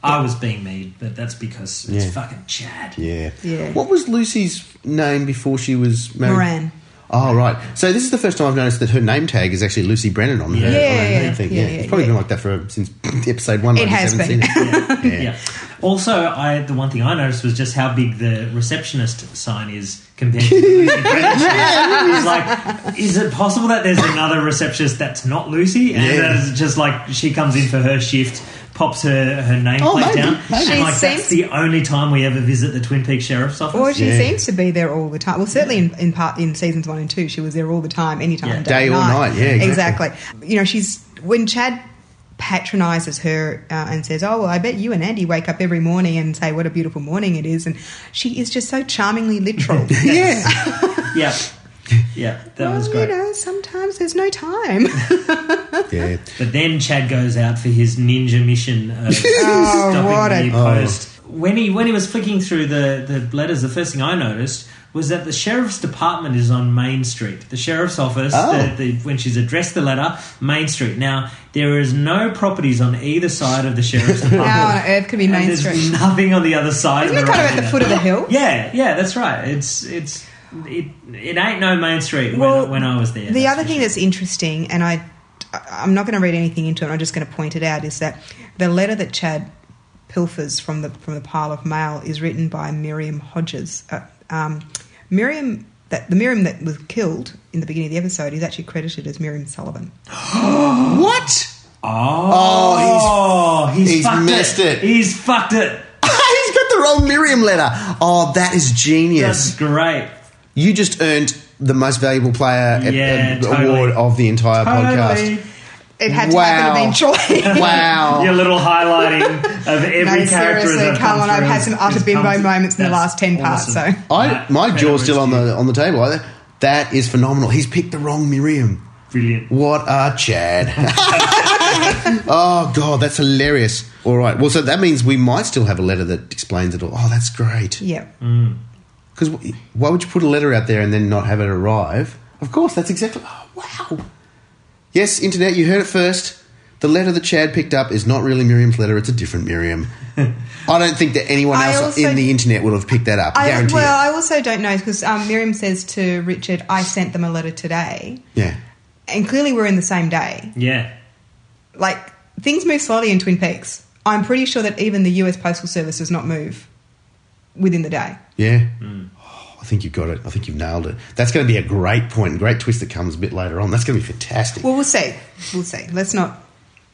C: I was being mean, but that's because it's fucking Chad.
A: yeah
F: Yeah.
A: what was Lucy's name before she was married
F: moran
A: Oh right, so this is the first time I've noticed that her name tag is actually Lucy Brennan on her.
C: Yeah.
A: on her
F: Yeah,
A: name thing.
F: yeah, yeah,
A: it's probably
F: yeah.
A: been like that for since episode one. I
F: It
A: just
F: has
A: haven't
F: been.
A: seen it.
C: yeah. Also, I the one thing I noticed was just how big the receptionist sign is compared to the Lucy Brennan sign. It's like, is it possible that there's another receptionist that's not Lucy, and
A: Yeah.
C: that is just like she comes in for her shift, pops her her nameplate
A: Oh, maybe,
C: down,
A: maybe.
C: and
F: She
C: like
F: seems-
C: that's the only time we ever visit the Twin Peaks Sheriff's Office.
F: or she
A: Yeah.
F: seems to be there all the time. Well, certainly in, in part in seasons one and two, she was there all the time, anytime,
C: Yeah.
F: time,
A: Day or night, yeah, exactly.
F: exactly. You know, she's when Chad patronizes her uh, and says, "Oh, well, I bet you and Andy wake up every morning and say what a beautiful morning it is," and she is just so charmingly literal.
A: yeah,
C: yeah, yeah, that
F: Well,
C: was great.
F: You know, sometimes there's no time.
A: yeah.
C: But then Chad goes out for his ninja mission of stopping
F: Oh, what a-
C: the post. When he when he was flicking through the, the letters, the first thing I noticed was that the sheriff's department is on Main Street. The sheriff's office,
A: Oh.
C: the, the, when she's addressed the letter, Main Street. Now there is no properties on either side of the sheriff's department.
F: How on earth could be
C: And
F: Main
C: there's
F: Street?
C: nothing on the other side.
F: Isn't
C: of
F: it
C: the
F: kind of
C: road
F: at the
C: either.
F: foot of the hill?
C: Yeah, yeah, that's right. It's it's it, it ain't no Main Street when, when I was there.
F: The
C: that's
F: other
C: for
F: thing
C: sure.
F: that's interesting, and I, I'm not going to read anything into it. I'm just going to point it out is that the letter that Chad pilfers from the from the pile of mail is written by Miriam Hodges. Uh, um, Miriam, that the Miriam that was killed in the beginning of the episode is actually credited as Miriam Sullivan.
A: What?
C: Oh, he's, he's,
A: he's
C: fucked
A: missed it.
C: He's fucked it.
A: He's got the wrong Miriam letter. Oh, that is
C: That's
A: genius.
C: great.
A: You just earned the most valuable player a-
C: Yeah,
A: a-
C: totally.
A: award of the entire
C: Totally.
A: podcast.
F: It had to happen
A: Wow.
F: eventually.
A: Wow.
C: Your little highlighting of every
F: No,
C: character. as
F: Oh. seriously,
C: I've
F: Carl
C: come
F: and I've
C: through
F: had
C: has-
F: some utter
C: has
F: bimbo
C: come-
F: moments in the
C: that's
F: last 10 parts,
C: awesome.
F: so.
A: I,
C: Yeah,
A: my
C: credit
A: jaw's
C: where
A: still
C: it's
A: on
C: due.
A: the on the table. I- That is phenomenal. He's picked the wrong Miriam.
C: Brilliant.
A: What a Chad. oh, God, that's hilarious. All right. Well, so that means we might still have a letter that explains it all. Oh, that's great.
F: yeah.
A: Because why would you put a letter out there and then not have it arrive? Of course, that's exactly. Oh, wow. Yes, internet, you heard it first. The letter that Chad picked up is not really Miriam's letter; it's a different Miriam. I don't think that anyone
F: I
A: else
F: also-
A: in the internet would have picked that up.
F: I,
A: guarantee.
F: well,
A: it.
F: I also don't know because um, Miriam says to Richard, I sent them a letter today.
A: yeah.
F: And clearly we're in the same day.
C: Yeah.
F: Like, things move slowly in Twin Peaks. I'm pretty sure that even the US Postal Service does not move within the day.
A: Yeah. Oh, I think you've got it. I think you've nailed it. That's going to be a great point, and great twist that comes a bit later on. That's going to be fantastic.
F: Well, we'll see. We'll see. Let's not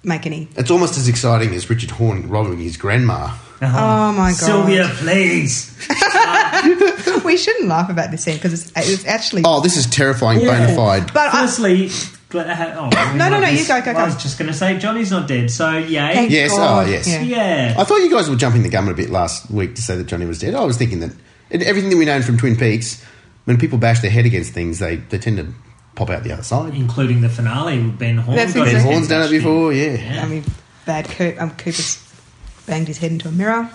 F: make any.
A: it's almost as exciting as Richard Horn robbing his grandma.
F: Oh my god.
C: Sylvia, please.
F: We shouldn't laugh about this scene because it's, it's actually.
A: Oh, this is terrifying,
C: Yeah.
A: bona fide.
F: but I,
C: Firstly, gl- uh, oh,
F: No, no, no,
C: I was-
F: you go, go, go.
C: I was just going to say Johnny's not dead, so yay.
F: thank
A: Yes, oh,
F: God.
A: yes.
F: Yeah.
C: Yeah.
A: I thought you guys were jumping the gun a bit last week to say that Johnny was dead. I was thinking that and everything that we know from Twin Peaks, when people bash their head against things, they, they tend to pop out the other side.
C: Including the finale, Ben Horn.
F: That's exactly-
C: got
A: Ben
C: his head
A: Horn's done it
C: bashed in.
A: before, yeah.
F: I mean, bad Coop. Um, Cooper's banged his head into a mirror.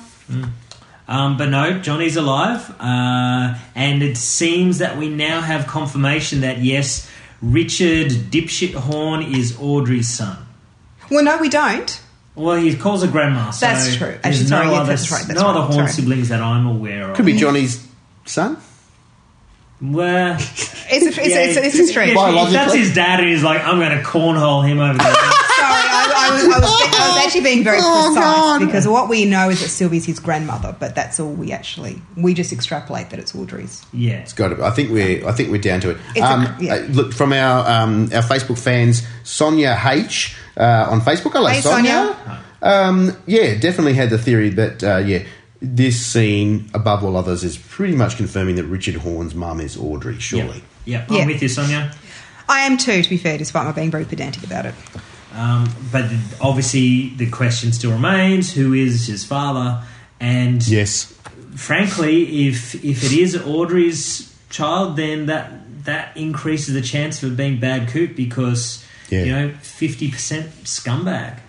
C: Um, but no, Johnny's alive, uh, and it seems that we now have confirmation that yes, Richard Dipshit Horn is Audrey's son.
F: Well, no, we don't.
C: Well, he calls her grandma. So
F: That's true.
C: There's
F: Actually,
C: no
F: sorry, yeah,
C: other,
F: that's right, that's
C: no
F: right,
C: other Horn
F: sorry.
C: siblings that I'm aware of.
A: Could be Johnny's son.
C: Well,
F: It's a, it's,
C: yeah,
F: a, it's, a, it's a stretch.
C: yeah,
F: Sorry,
A: Biologically.
C: That's his dad, and he's like, I'm going to cornhole him over there.
F: I, I, was, I, was, I was actually being very
A: Oh,
F: precise
A: God.
F: because what we know is that Sylvie's his grandmother, but that's all we actually we just extrapolate that it's Audrey's.
C: yeah.
A: It's got to be. I think we're I think we're down to it.
F: It's a-
A: um,
F: yeah.
A: uh, look from our um, our Facebook fans, Sonia H uh, on Facebook. Hello,
F: Hey,
A: Sonia. Um, yeah, definitely had the theory that uh, yeah, this scene above all others is pretty much confirming that Richard Horn's mum is Audrey. Surely.
C: Yep. Yep.
F: Yeah.
C: I'm with you, Sonia.
F: I am too, to be fair, despite my being very pedantic about it.
C: Um, but obviously, the question still remains: Who is his father? And
A: Yes.
C: frankly, if if it is Audrey's child, then that that increases the chance of it being bad coop because
A: Yeah.
C: you know fifty percent scumbag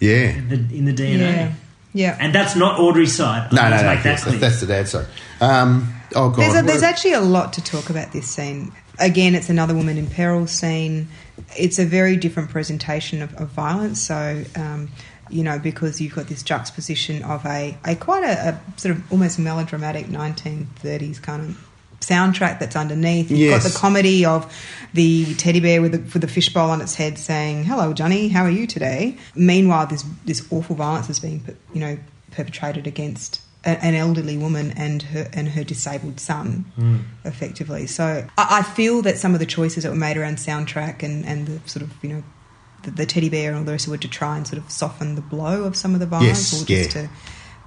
A: Yeah.
C: in the, in the DNA,
F: Yeah, yeah.
C: and that's not Audrey's side.
A: No,
C: I
A: no,
C: must
A: no.
C: make that
A: That's,
C: clear.
A: that's the dad side. Um, oh god.
F: There's, a, there's
A: What-
F: actually a lot to talk about this scene. Again, it's another woman in peril scene. It's a very different presentation of, of violence. So, um, you know, because you've got this juxtaposition of a, a quite a, a sort of almost melodramatic 1930s kind of soundtrack that's underneath. You've got
A: Yes.
F: the comedy of the teddy bear with the, with the fishbowl on its head saying, "Hello, Johnny. How are you today?" Meanwhile, this this awful violence is being per- you know perpetrated against a, an elderly woman and her and her disabled son,
A: Hmm.
F: effectively. So I, I feel that some of the choices that were made around soundtrack and and the sort of you know. The, the teddy bear and all the rest of it to try and sort of soften the blow of some of the violence,
A: Yes,
F: or just
A: yeah.
F: to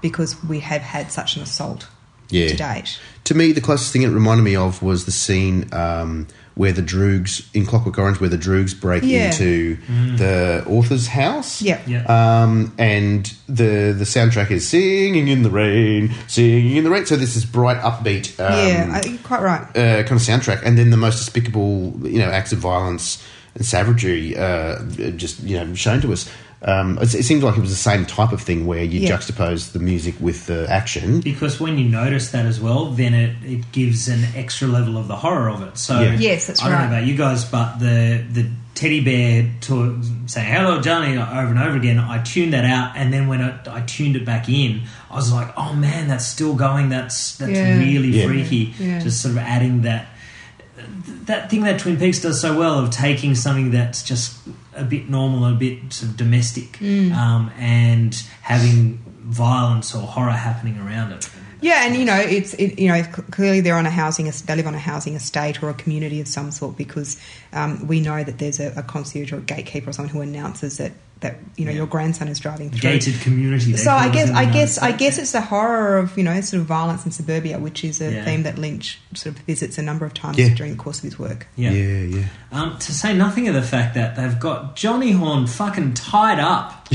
F: because we have had such an assault
A: Yeah.
F: to date.
A: To me, the closest thing it reminded me of was the scene um, where the Droogs in Clockwork Orange, where the Droogs break
F: Yeah.
A: into the author's house.
F: Yeah.
C: Yeah.
A: Um, and the the soundtrack is singing in the rain, singing in the rain. So this is bright, upbeat,
F: yeah,
A: um,
F: I, you're quite right.
A: uh, kind of soundtrack, and then the most despicable, you know, acts of violence and savagery, uh, just you know, shown to us. Um, it, it seems like it was the same type of thing where you
F: Yeah.
A: juxtapose the music with the action.
C: because when you notice that as well, then it, it gives an extra level of the horror of it. So
A: Yeah.
F: Yes, that's
C: I don't
F: right.
C: know about you guys, but the the teddy bear to say hello Johnny over and over again, I tuned that out, and then when I, I tuned it back in, I was like, oh man, that's still going. That's that's
F: Yeah.
C: really
A: Yeah.
C: freaky.
F: Yeah.
C: Just sort of adding that that thing that Twin Peaks does so well of taking something that's just a bit normal, a bit sort of
F: Mm.
C: domestic, um, and having violence or horror happening around it.
F: Yeah, and you know, it's it, you know c- clearly they're on a housing es- they live on a housing estate or a community of some sort because um, we know that there's a, a concierge or a gatekeeper or someone who announces that that you know your grandson is driving through.
C: gated community. they
F: So
C: call
F: I
C: it
F: guess
C: in
F: I
C: the
F: guess I
C: United
F: guess
C: States.
F: it's the horror of you know sort of violence in suburbia, which is a
C: Yeah.
F: theme that Lynch sort of visits a number of times
A: Yeah.
F: during the course of his work.
C: yeah.
A: yeah, yeah.
C: Um, to say nothing of the fact that they've got Johnny Horn fucking tied up.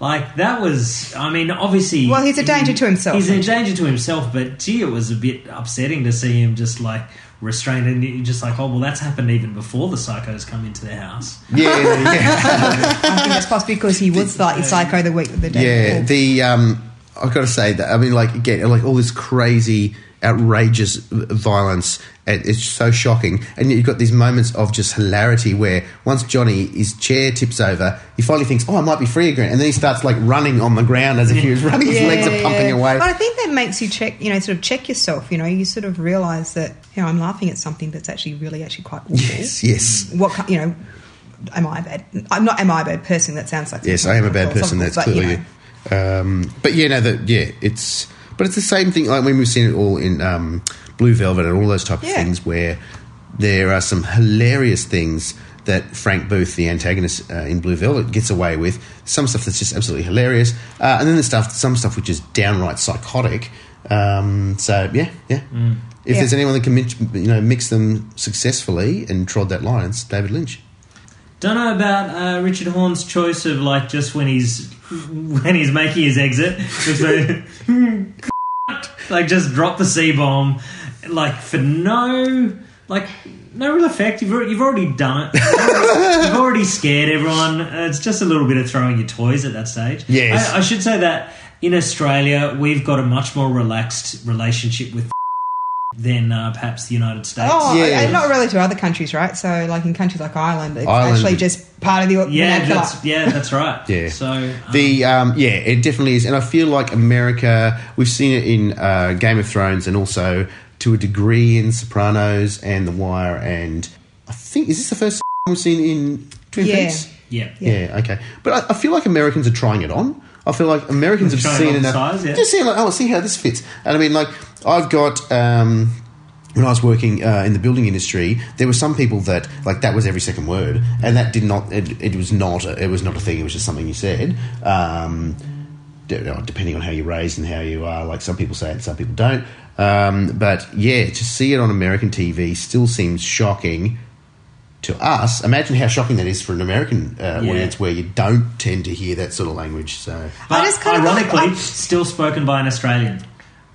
C: like that was, I mean, obviously.
F: Well, he's a danger to himself.
C: He's a danger to himself, but gee, it was a bit upsetting to see him just like restrained and you're just like, oh well, that's happened even before the psychos come into their house.
A: Yeah, yeah.
F: I think that's possibly because he was like psycho the week the day
A: Yeah,
F: before.
A: the um, I gotta say that I mean, like again, like all this crazy, outrageous violence, and it's so shocking. And you've got these moments of just hilarity where once Johnny his chair tips over, he finally thinks, "Oh, I might be free again," and then he starts like running on the ground as if he was running. His legs are pumping
F: yeah.
A: away.
F: But I think that makes you check, you know, sort of check yourself. You know, you sort of realize that you know I'm laughing at something that's actually really actually quite awful.
A: Yes, yes.
F: What ki- you know, am I a bad? I'm not. Am I a bad person? That sounds like
A: Yes, I am a bad person. That's
F: But, you
A: clearly.
F: know,
A: Um, but yeah, no, that yeah, it's but it's the same thing. Like when we've seen it all in um, Blue Velvet and all those type of
F: Yeah.
A: things, where there are some hilarious things that Frank Booth, the antagonist uh, in Blue Velvet, gets away with. Some stuff that's just absolutely hilarious, uh, and then the stuff, some stuff which is downright psychotic. Um, so yeah, yeah. If
F: Yeah.
A: there's anyone that can mix, you know mix them successfully and trod that line, it's David Lynch.
C: Don't know about uh, Richard Horn's choice of like just when he's when he's making his exit, just like, like just drop the C bomb, like for no like no real effect. You've already, you've already done it. you've already scared everyone. Uh, It's just a little bit of throwing your toys at that stage.
A: Yes.
C: I, I should say that in Australia we've got a much more relaxed relationship with than uh, perhaps the United States.
F: Oh,
A: Yeah.
F: and not related to other countries, right? So, like in countries like Ireland, it's
A: Ireland-
F: actually just part of the
C: yeah,
F: vernacular.
C: that's, yeah, that's right.
A: Yeah.
C: So um,
A: The um, yeah, it definitely is, and I feel like America. We've seen it in uh, Game of Thrones, and also to a degree in Sopranos and The Wire. And I think is this the first we've seen in Twin
F: Yeah.
A: Peaks?
C: yeah.
A: Yeah. okay. But I, I feel like Americans are trying it on. I feel like Americans have
C: Trying
A: seen
C: on
A: enough.
C: size, yeah.
A: Just seeing like, oh, see how this fits. And I mean, like, I've got. Um, when I was working uh, in the building industry, there were some people that like that was every second word, and that did not. It, it was not. A, it was not a thing. It was just something you said. Um, de- you know, depending on how you're raised and how you are, like some people say it, some people don't. Um, but yeah, to see it on American TV still seems shocking to us. Imagine how shocking that is for an American uh,
C: Yeah.
A: audience where you don't tend to hear that sort of language. So
C: But
F: I just kind of
C: ironically,
F: like- I-
C: still spoken by an Australian.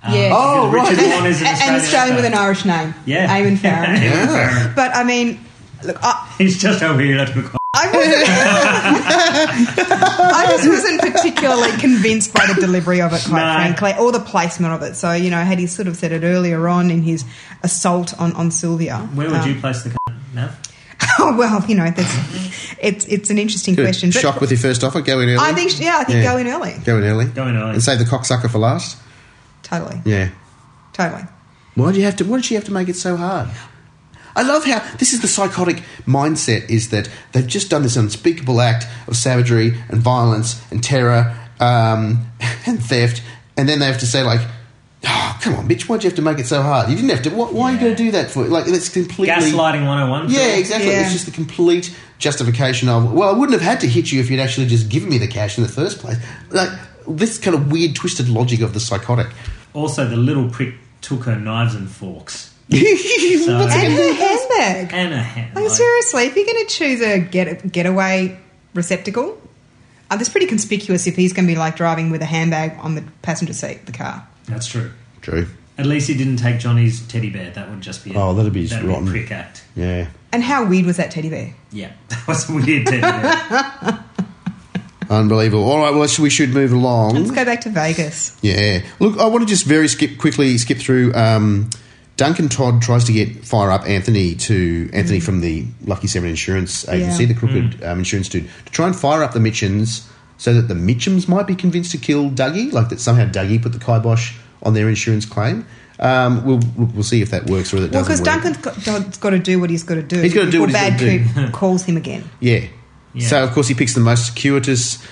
C: Um,
F: Yeah.
A: Oh,
C: because
A: right.
C: Richard Horn is an
F: A-
C: Australian.
F: and Australian with an
C: actor.
F: Irish name,
C: Yeah.
F: Eamon Farron.
C: Eamon
A: Yeah.
C: Farron.
F: But I mean, look, I,
C: He's just over here. Like, "Oh,
F: I wasn't. I just wasn't particularly convinced by the delivery of it, quite
C: No.
F: frankly, or the placement of it. So you know, had he sort of said it earlier on in his assault on on Sylvia,
C: Where would
F: um,
C: you place the cunt, Nav?
F: Oh well, you know, that's it's it's an interesting
A: Good.
F: question. But
A: Shock with your first offer, go in early.
F: I think, yeah, I think
A: Yeah.
F: go in early,
A: go in early.
C: Go in early.
A: and save the cocksucker for last.
F: totally,
A: Yeah.
F: totally.
A: Why do you have to? Why did she have to make it so hard? I love how this is the psychotic mindset is that they've just done this unspeakable act of savagery and violence and terror um, and theft, and then they have to say like, oh, "Come on, bitch! Why'd you have to make it so hard? You didn't have to. Why, why are you
C: Yeah.
A: going to do that for? Like, it's completely
C: Gaslighting 101.
A: Yeah, exactly.
F: Yeah.
A: It's just the complete justification of, well, I wouldn't have had to hit you if you'd actually just given me the cash in the first place. Like this kind of weird, twisted logic of the psychotic.
C: Also, the little prick took her knives and forks
A: What's it
F: And
A: gonna
F: her
A: do?
F: handbag.
C: and a hand.
F: Like, seriously, if you're going to choose a get getaway receptacle, uh, that's pretty conspicuous. If he's going to be like driving with a handbag on the passenger seat of the car.
C: that's true.
A: True.
C: At least he didn't take Johnny's teddy bear. That would just be a,
A: Oh, that'd be
C: that'd
A: rotten.
C: Be a prick act.
A: Yeah.
F: And how weird was that teddy bear?
C: Yeah, that was a weird teddy bear.
A: Unbelievable. All right, well, should- we should move
F: Let's
A: along.
F: go back to Vegas.
A: Yeah. Look, I want to just very skip quickly skip through. Um, Duncan Todd tries to get fire up Anthony to Anthony from the Lucky Seven Insurance Agency,
F: Mm. Yeah.
A: the crooked um, insurance dude, to try and fire up the Mitchums so that the Mitchums might be convinced to kill Dougie, like that somehow Dougie put the kibosh on their insurance claim. Um, we'll we'll see if that works or that
F: Well,
A: doesn't.
F: because
A: work.
F: Duncan's got, Dodd's got to do what he's got to do.
A: He's gotta do
F: before
A: what he's gotta
F: Bad Coop calls him again.
A: Yeah.
C: Yeah.
A: So of course he picks the most circuitous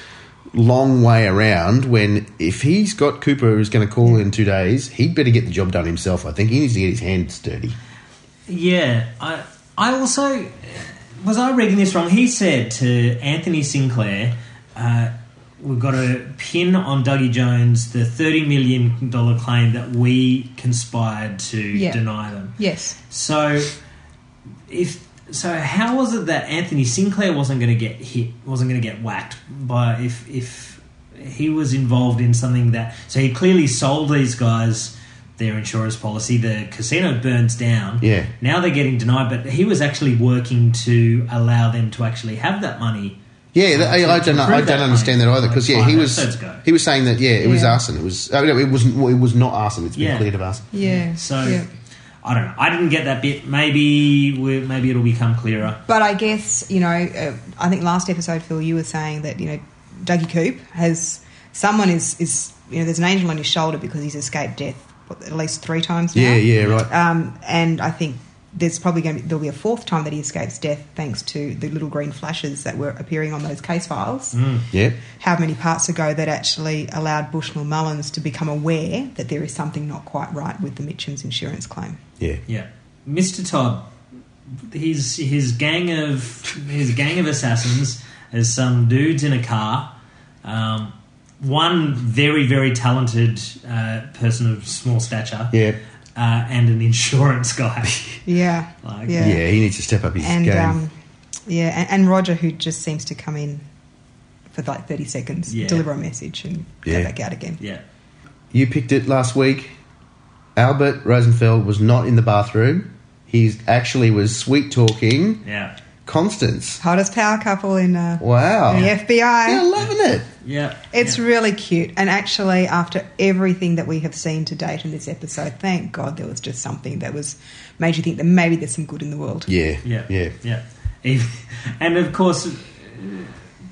A: long way around when if he's got Cooper who's going to call in two days, he'd better get the job done himself. I think he needs to get his hands dirty.
C: Yeah, I I also was I reading this wrong. He said to Anthony Sinclair, uh, "We've got to pin on Dougie Jones the thirty million dollar claim that we conspired to
F: Yeah.
C: deny them."
F: Yes.
C: So if so, how was it that Anthony Sinclair wasn't going to get hit, wasn't going to get whacked by if if he was involved in something that so he clearly sold these guys their insurance policy. The casino burns down.
A: Yeah.
C: Now they're getting denied, but he was actually working to allow them to actually have that money.
A: Yeah, that, I, I
C: to
A: don't. know- I
C: prove
A: don't
C: that
A: understand
C: point,
A: that either. Because yeah,
C: like
A: he
C: five
A: was
C: episodes ago.
A: he was saying that yeah, it was
F: Yeah.
A: arson. It was. I mean, it was. It was not arson. It's been
C: Yeah.
A: cleared of arson.
F: Yeah.
C: So
F: yeah.
C: I don't know. I didn't get that bit. Maybe we maybe it'll become clearer.
F: But I guess you know, uh, I think last episode, Phil, you were saying that you know, Dougie Coop has someone is is you know, there's an angel on his shoulder because he's escaped death what, at least three times now.
A: Yeah, yeah, right.
F: Um, and I think there's probably going to be, there'll be a fourth time that he escapes death thanks to the little green flashes that were appearing on those case files.
A: Yeah,
F: How many parts ago that actually allowed Bushnell Mullins to become aware that there is something not quite right with the Mitchum's insurance claim?
A: yeah.
C: Yeah, Mr. Todd, his his gang of his gang of assassins is some dudes in a car. Um, one very very talented uh, person of small stature.
A: Yeah.
C: Uh, and an insurance guy.
F: Yeah.
C: Like-
A: yeah, He needs to step up his
F: and
A: game.
F: um, yeah, and, and Roger, who just seems to come in for like thirty seconds,
C: Yeah.
F: deliver a message, and
A: Yeah.
F: go back out again.
C: yeah.
A: you picked it last week. Albert Rosenfeld was not in the bathroom. He actually was sweet talking
C: Yeah.
A: Constance.
F: Hottest power couple in uh,
A: Wow.
F: the FBI.
A: Yeah, loving it.
C: Yeah.
F: It's
C: yeah.
F: really cute, and actually, after everything that we have seen to date in this episode, thank God there was just something that was made you think that maybe there's some good in the world.
A: Yeah.
C: Yeah.
A: Yeah.
C: Yeah. Even- And of course, uh,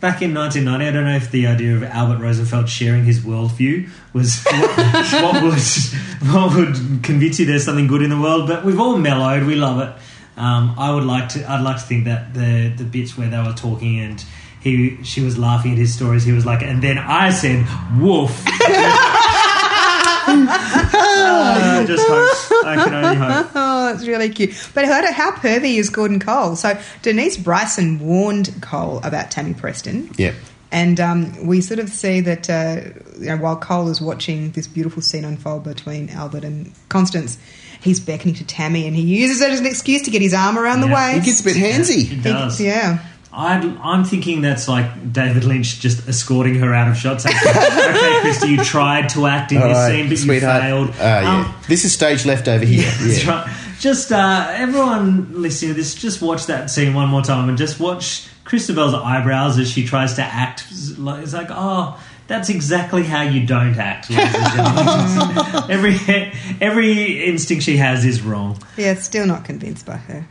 C: back in 1990, I don't know if the idea of Albert Rosenfeld sharing his worldview was what, what would what would convince you there's something good in the world. But we've all mellowed. We love it. Um, I would like to. I'd like to think that the the bits where they were talking and. He, she was laughing at his stories. He was like, and then I said, "Woof." Uh, just hope. I can only hope.
F: Oh, it's really cute. But how, how pervy is Gordon Cole? So Denise Bryson warned Cole about Tammy Preston.
A: Yeah.
F: And um, we sort of see that uh, you know, while Cole is watching this beautiful scene unfold between Albert and Constance, he's beckoning to Tammy and he uses it as an excuse to get his arm around the
C: Yeah.
F: waist.
A: He gets a bit handsy.
C: It
F: He-
C: does.
F: yeah.
C: I'd, I'm thinking that's like David Lynch just escorting her out of shots. okay, Christy, you tried to act in
A: All
C: this
A: right,
C: scene, but
A: sweetheart.
C: you failed.
A: Uh, yeah.
C: Um,
A: this is stage left over here.
C: that's
A: Yeah.
C: right. Just uh, everyone listening to this, just watch that scene one more time and just watch Christabel's eyebrows as she tries to act. Like- It's like, oh, that's exactly how you don't act. ladies and gentlemen. every every instinct she has is wrong.
F: Yeah, still not convinced by her.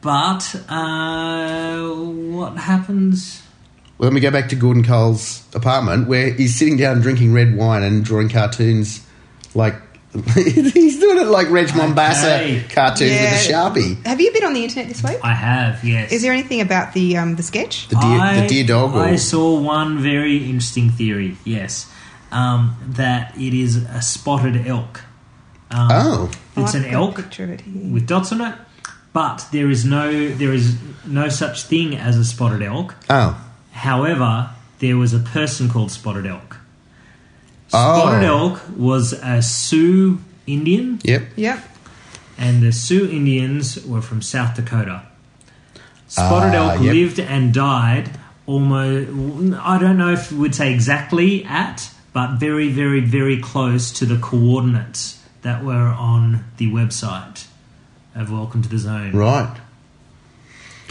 C: But uh, what happens?
A: Well, then we go back to Gordon Cole's apartment where he's sitting down drinking red wine and drawing cartoons like. he's doing it like Reg Mombasa
C: Okay.
A: cartoons
F: Yeah.
A: with a sharpie.
F: Have you been on the internet this week?
C: I have yes.
F: Is there anything about the um, the sketch?
A: The deer, the deer dog. Or,
C: I saw one very interesting theory. Yes, um, that it is a spotted elk. Um,
A: oh,
C: it's
F: Oh, I've got a
C: an elk
F: picture of it here.
C: with dots on it, but there is no there is no such thing as a spotted elk.
A: oh,
C: However, there was a person called Spotted Elk.
A: Oh.
C: Spotted Elk was a Sioux Indian,
A: yep.
F: Yep.
C: and the Sioux Indians were from South Dakota. Spotted
A: Ah,
C: elk
A: yep.
C: lived and died almost, I don't know if we'd say exactly at, but very, very, very close to the coordinates that were on the website of Welcome to the Zone.
A: Right.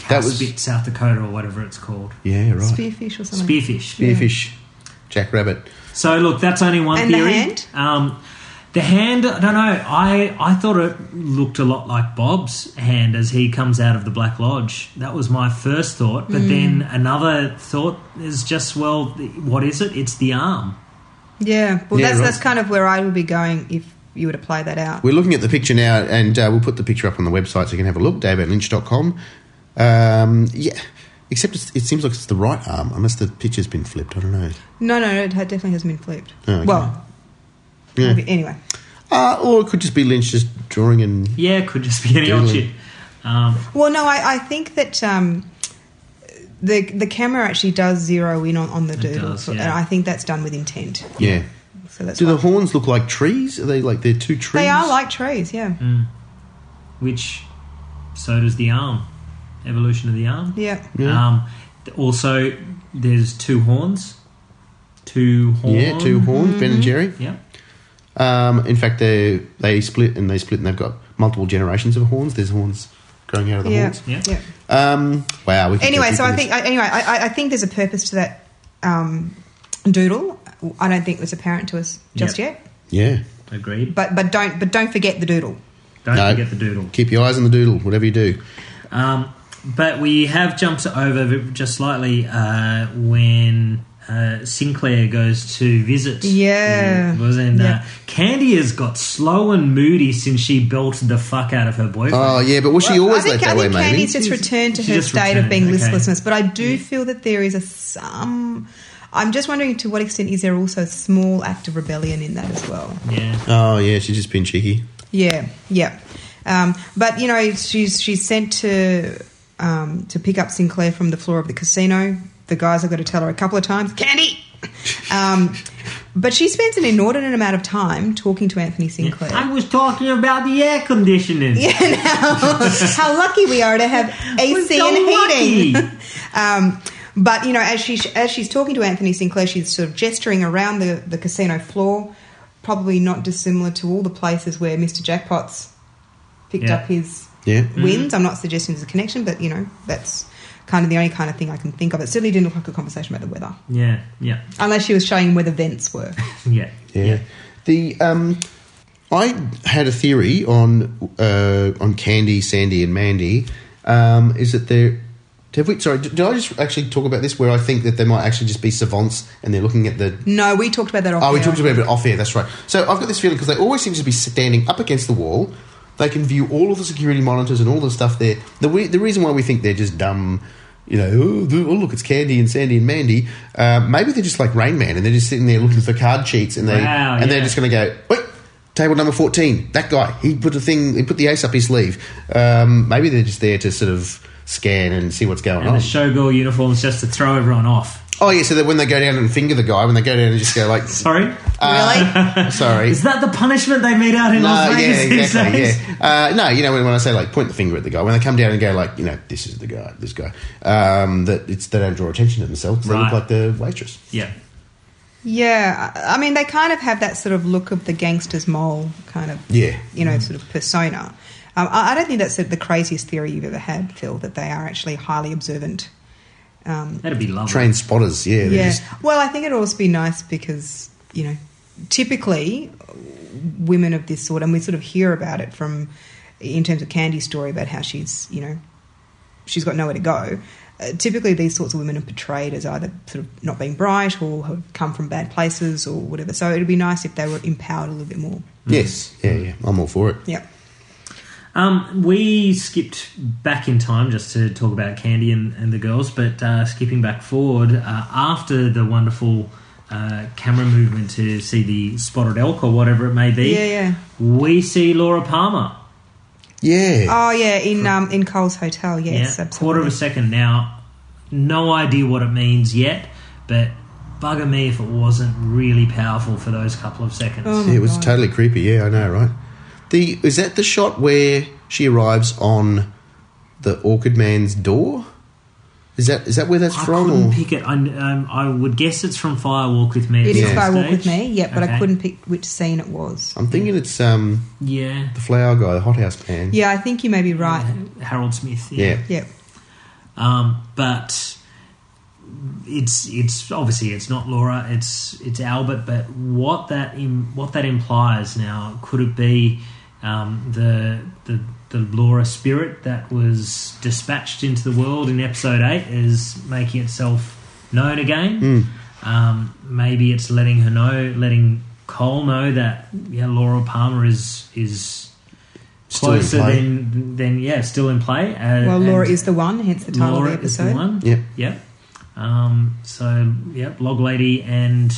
A: that was-
C: Cowspit, South Dakota, or whatever it's called.
A: Yeah, right.
F: Spearfish or something.
C: Spearfish.
A: Spearfish, jackrabbit.
C: So look, that's only one
F: And the
C: theory.
F: hand?
C: Um, the hand, I don't know. I I thought it looked a lot like Bob's hand as he comes out of the Black Lodge. That was my first thought.
F: Mm.
C: But then another thought is just, well, what is it? It's the arm.
F: Yeah. Well,
A: Yeah,
F: that's
A: right.
F: that's kind of where I would be going if you were to play that out.
A: We're looking at the picture now, and uh, we'll put the picture up on the website so you can have a look. DavidLynch.com. Um, yeah, Except it's, it seems like it's the right arm, unless the picture's been flipped. I don't know.
F: No, no, no, it ha- definitely hasn't been flipped.
A: Oh, okay.
F: Well,
A: Yeah.
F: maybe- anyway,
A: Uh, or it could just be Lynch just drawing and.
C: Yeah, it could just be any old shit.
A: Doodling.
C: Um,
F: well, no, I, I think that um, the the camera actually does zero in on, on the doodle,
C: does,
F: so-
C: yeah.
F: and I think that's done with intent.
A: Yeah.
F: So that's
A: Do the
F: why.
A: horns look like trees? Are they like they're two trees?
F: they are like trees, yeah,
C: Mm. which so does the arm. Evolution of the arm.
F: yeah.
A: Yeah.
C: Um, th- also, there's two horns. Two horn.
A: Yeah, two horns, Ben and Jerry.
C: Yeah.
A: Um, in fact, they they split and they split and they've got multiple generations of horns. There's horns growing out of the
F: Yeah,
A: horns.
C: Yeah.
F: yeah.
A: Um, wow. We could go
F: Anyway,
A: deep
F: so I
A: in
F: think I, anyway, I, I- I think there's a purpose to that um, doodle. I don't think it's apparent to us just
C: Yeah.
F: yet,
A: this. Yeah.
C: Agreed.
F: but but don't but don't forget the doodle.
C: Don't
A: No.
C: forget the doodle.
A: Keep your eyes on the doodle, whatever you do.
C: Um, but we have jumped over just slightly uh, when uh, Sinclair goes to visit.
F: Yeah.
C: Mm, was and
F: Yeah.
C: uh, Candy has got slow and moody since she belted the fuck out of her boyfriend.
A: Oh yeah, but was she
F: Well,
A: always
F: I think,
A: like that
F: I
A: way,
F: think
A: maybe?
F: Candy's just
C: She's-
F: returned to
C: she
F: her
C: just
F: state of
C: returned,
F: being
C: okay.
F: listlessness, but I do feel that there is a some. I'm just wondering to what extent is there also a small act of rebellion in that as well?
C: Yeah.
A: Oh yeah, she's just been cheeky.
F: Yeah, yeah. Um, but you know, she's she's sent to um, to pick up Sinclair from the floor of the casino. The guys have got to tell her a couple of times, Candy. Um, but she spends an inordinate amount of time talking to Anthony Sinclair.
C: I was talking about the air conditioning.
F: How lucky we are to have
C: We're
F: AC
C: so
F: and heating.
C: lucky.
F: um, but you know, as she as she's talking to Anthony Sinclair, she's sort of gesturing around the, the casino floor, probably not dissimilar to all the places where Mr. Jackpot's picked
C: Yeah.
F: up his
A: Yeah.
F: wins. I'm not suggesting there's a connection, but you know, that's kind of the only kind of thing I can think of. It certainly didn't look like a conversation about the weather,
C: Yeah, yeah,
F: unless she was showing where the vents were.
C: yeah.
A: Yeah. The um, I had a theory on uh, on Candy, Sandy, and Mandy. Um, is that they're have we, sorry? Did did I just actually talk about this? Where I think that they might actually just be savants and they're looking at the.
F: No, we talked about that. off
A: Oh, we
F: air.
A: talked about it but off air. That's right. So I've got this feeling because they always seem to be standing up against the wall. They can view all of the security monitors and all the stuff there. The we, the reason why we think they're just dumb. You know, oh, th- oh look, it's Candy and Sandy and Mandy. Uh, maybe they're just like Rain Man, and they're just sitting there looking for card sheets, and they
C: Wow,
A: and
C: yeah.
A: they're just going to go, wait, table number 14, that guy, he put the thing, he put the ace up his sleeve. Um, maybe they're just there to sort of scan and see what's going
C: And the
A: on.
C: showgirl uniforms just to throw everyone off.
A: oh, yeah, so that when they go down and finger the guy, when they go down and just go like,
C: Sorry,
A: uh, sorry.
C: is that the punishment they made out in Las
A: No, yeah,
C: Vegas these
A: exactly.
C: days?
A: Yeah. Uh, no, you know when, when I say like point the finger at the guy, when they come down and go like, you know, this is the guy, this guy, um, that it's they don't draw attention to themselves. They
C: Right.
A: look like the waitress.
C: Yeah,
F: Yeah, I I mean, they kind of have that sort of look of the gangster's mole kind of,
A: Yeah.
F: you know, sort of persona. Um, I, I don't think that's the craziest theory you've ever had, Phil, that they are actually highly observant.
C: that'd be lovely.
A: Trained spotters. Yeah. they're
F: Yeah. Mm.
A: just-
F: Well, I think it'd also be nice because, you know, typically women of this sort, and we sort of hear about it from, in terms of Candy's story about how she's, you know, she's got nowhere to go. Uh, typically, these sorts of women are portrayed as either sort of not being bright or have come from bad places or whatever. So it'd be nice if they were empowered a little bit more.
A: Yes. Yeah. Yeah. I'm all for it.
F: Yeah.
C: Um, we skipped back in time just to talk about Candy and, and the girls, but uh, skipping back forward uh, after the wonderful uh, camera movement to see the spotted elk or whatever it may be.
F: Yeah, yeah.
C: We see Laura Palmer.
A: Yeah.
F: Oh, yeah, in um, in Cole's hotel. Yes,
C: yeah,
F: absolutely.
C: quarter of a second. Now, no idea what it means yet, but bugger me if it wasn't really powerful for those couple of seconds.
F: Oh.
A: Yeah, it was
F: God.
A: totally creepy. Yeah, I know, right? The is that the shot where she arrives on the orchid man's door? Is that is that where that's
C: I
A: from?
C: couldn't
A: Or?
C: pick it. I, um, I would guess it's from Firewalk with Me. at
F: It is
C: some
F: by Walk with
C: stage.
F: Me, yeah, but I
C: Okay.
F: couldn't pick which scene it was.
A: I'm thinking it's um
C: Yeah,
A: the flower guy, the hothouse man.
F: Yeah, I think you may be right.
C: Harold Smith.
A: Yeah.
F: Yeah.
C: Um, but it's it's obviously it's not Laura, it's it's Albert. But what that Im- what that implies now could it be um, the the the Laura spirit that was dispatched into the world in episode eight is making itself known again.
A: Hmm.
C: Um, maybe it's letting her know, letting Cole know that yeah, Laura Palmer is is
A: Still in
C: closer
A: play.
C: than than yeah, still in play. Uh,
F: Well,
C: and
F: Laura is the one, hence the title
C: Laura
F: of the
C: is
F: episode.
C: one.
A: Yep.
C: Yep. Um, so yep, Log Lady and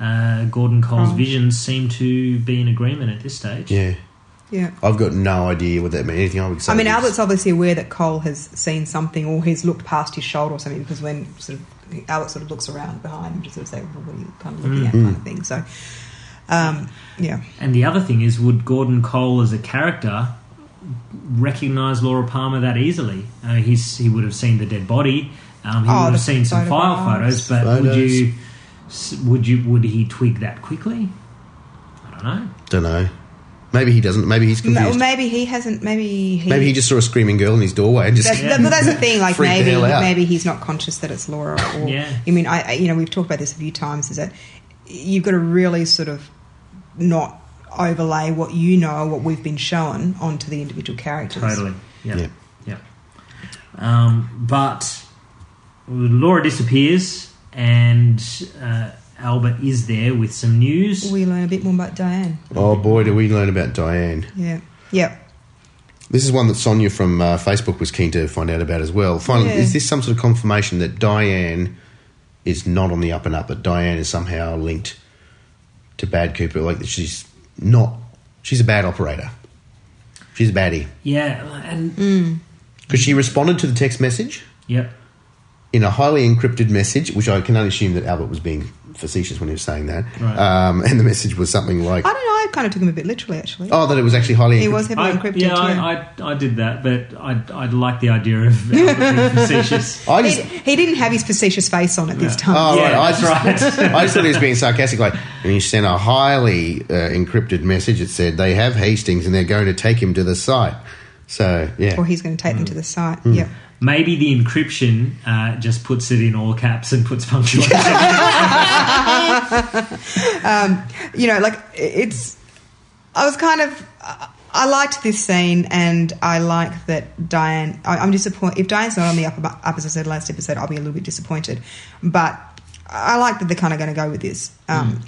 C: uh, Gordon Cole's
F: Oh.
C: vision seem to be in agreement at this stage.
A: Yeah.
F: Yeah.
A: I've got no idea what that means. Anything I would say.
F: I mean,
A: is-
F: Albert's obviously aware that Cole has seen something or he's looked past his shoulder or something because when sort of Albert sort of looks around behind him to sort of say, well, what are you kind of looking at
A: Mm.
F: kind of thing. So, um, yeah.
C: And the other thing is, would Gordon Cole as a character recognize Laura Palmer that easily? Uh, he's he would have seen the dead body. Um, he
F: Oh,
C: would
F: the
C: have seen some file
F: photographs.
C: photos, but would
A: Photos.
C: you s- would you would he twig that quickly? I don't know.
A: Don't know. Maybe he doesn't. Maybe he's
F: Or
A: confused.
F: maybe he hasn't, maybe he...
A: Maybe he just saw a screaming girl in his doorway and just.
F: That's, that- but that's the thing. Like
A: Freaked the
F: maybe
A: hell out.
F: maybe he's not conscious that it's Laura. Or
C: Yeah.
F: I mean, I I- you know we've talked about this a few times. Is that you've got to really sort of not overlay what you know, what we've been shown onto the individual characters.
C: Totally. Yeah.
A: Yeah.
C: Yeah. Um, but Laura disappears, and uh, Albert is there with some news.
F: We learn a bit more about Diane.
A: Oh boy, did we learn about Diane.
F: Yeah. Yeah.
A: This is one that Sonia from uh, Facebook was keen to find out about as well. Finally,
F: Yeah.
A: is this some sort of confirmation that Diane is not on the up and up, but Diane is somehow linked to Bad Cooper? Like that she's not. She's a bad operator. She's a baddie
C: yeah, and
A: because she responded to the text message
C: yep.
A: in a highly encrypted message, which I can only assume that Albert was being facetious when he was saying that.
C: Right.
A: Um, and the message was something like,
F: I don't know. I kind of took him a bit literally, actually.
A: "Oh, that it was actually highly."
F: He
A: encrypted.
F: was heavily
C: I-
F: encrypted.
C: yeah, I, I, I did that, but I, I like the idea of Albert being facetious.
A: I
F: he,
A: just.
F: he didn't have his facetious face on at this time.
A: Oh,
C: Yeah,
A: right. I
C: that's
A: just,
C: right.
A: I just thought he was being sarcastic. Like, and he sent a highly uh, encrypted message. It said they have Hastings and they're going to take him to the site. So yeah,
F: Or he's going to take them to the site. Yeah.
C: Maybe the encryption uh, just puts it in all caps and puts punctuation.
F: you know, like it's. I was kind of. I- I liked this scene, and I like that Diane. I, I'm disappointed if Diane's not on the upper up as I said last episode. I'll be a little bit disappointed, but I like that they're kind of going to go with this. Um,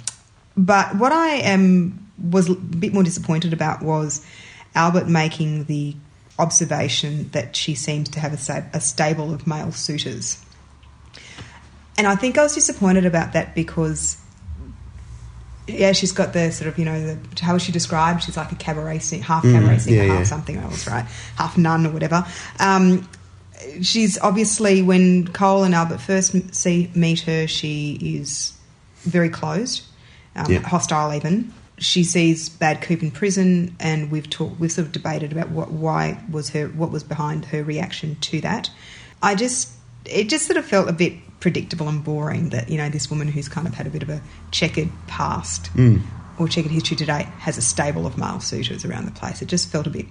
F: But what I am was a bit more disappointed about was Albert making the observation that she seems to have a, sta- a stable of male suitors. And I think I was disappointed about that because yeah, she's got the sort of you know the, how is she described? She's like a cabaret singer, half cabaret singer,
A: Mm, yeah,
F: half
A: yeah.
F: something else, right? Half nun or whatever. Um, she's obviously when Cole and Albert first m- see meet her, she is very closed, um,
A: Yeah.
F: hostile even. She sees Bad Coop in prison, and we've talked, we've sort of debated about what why was her what was behind her reaction to that. I just it just sort of felt a bit predictable and boring that you know this woman who's kind of had a bit of a checkered past or checkered history today has a stable of male suitors around the place. It just felt a bit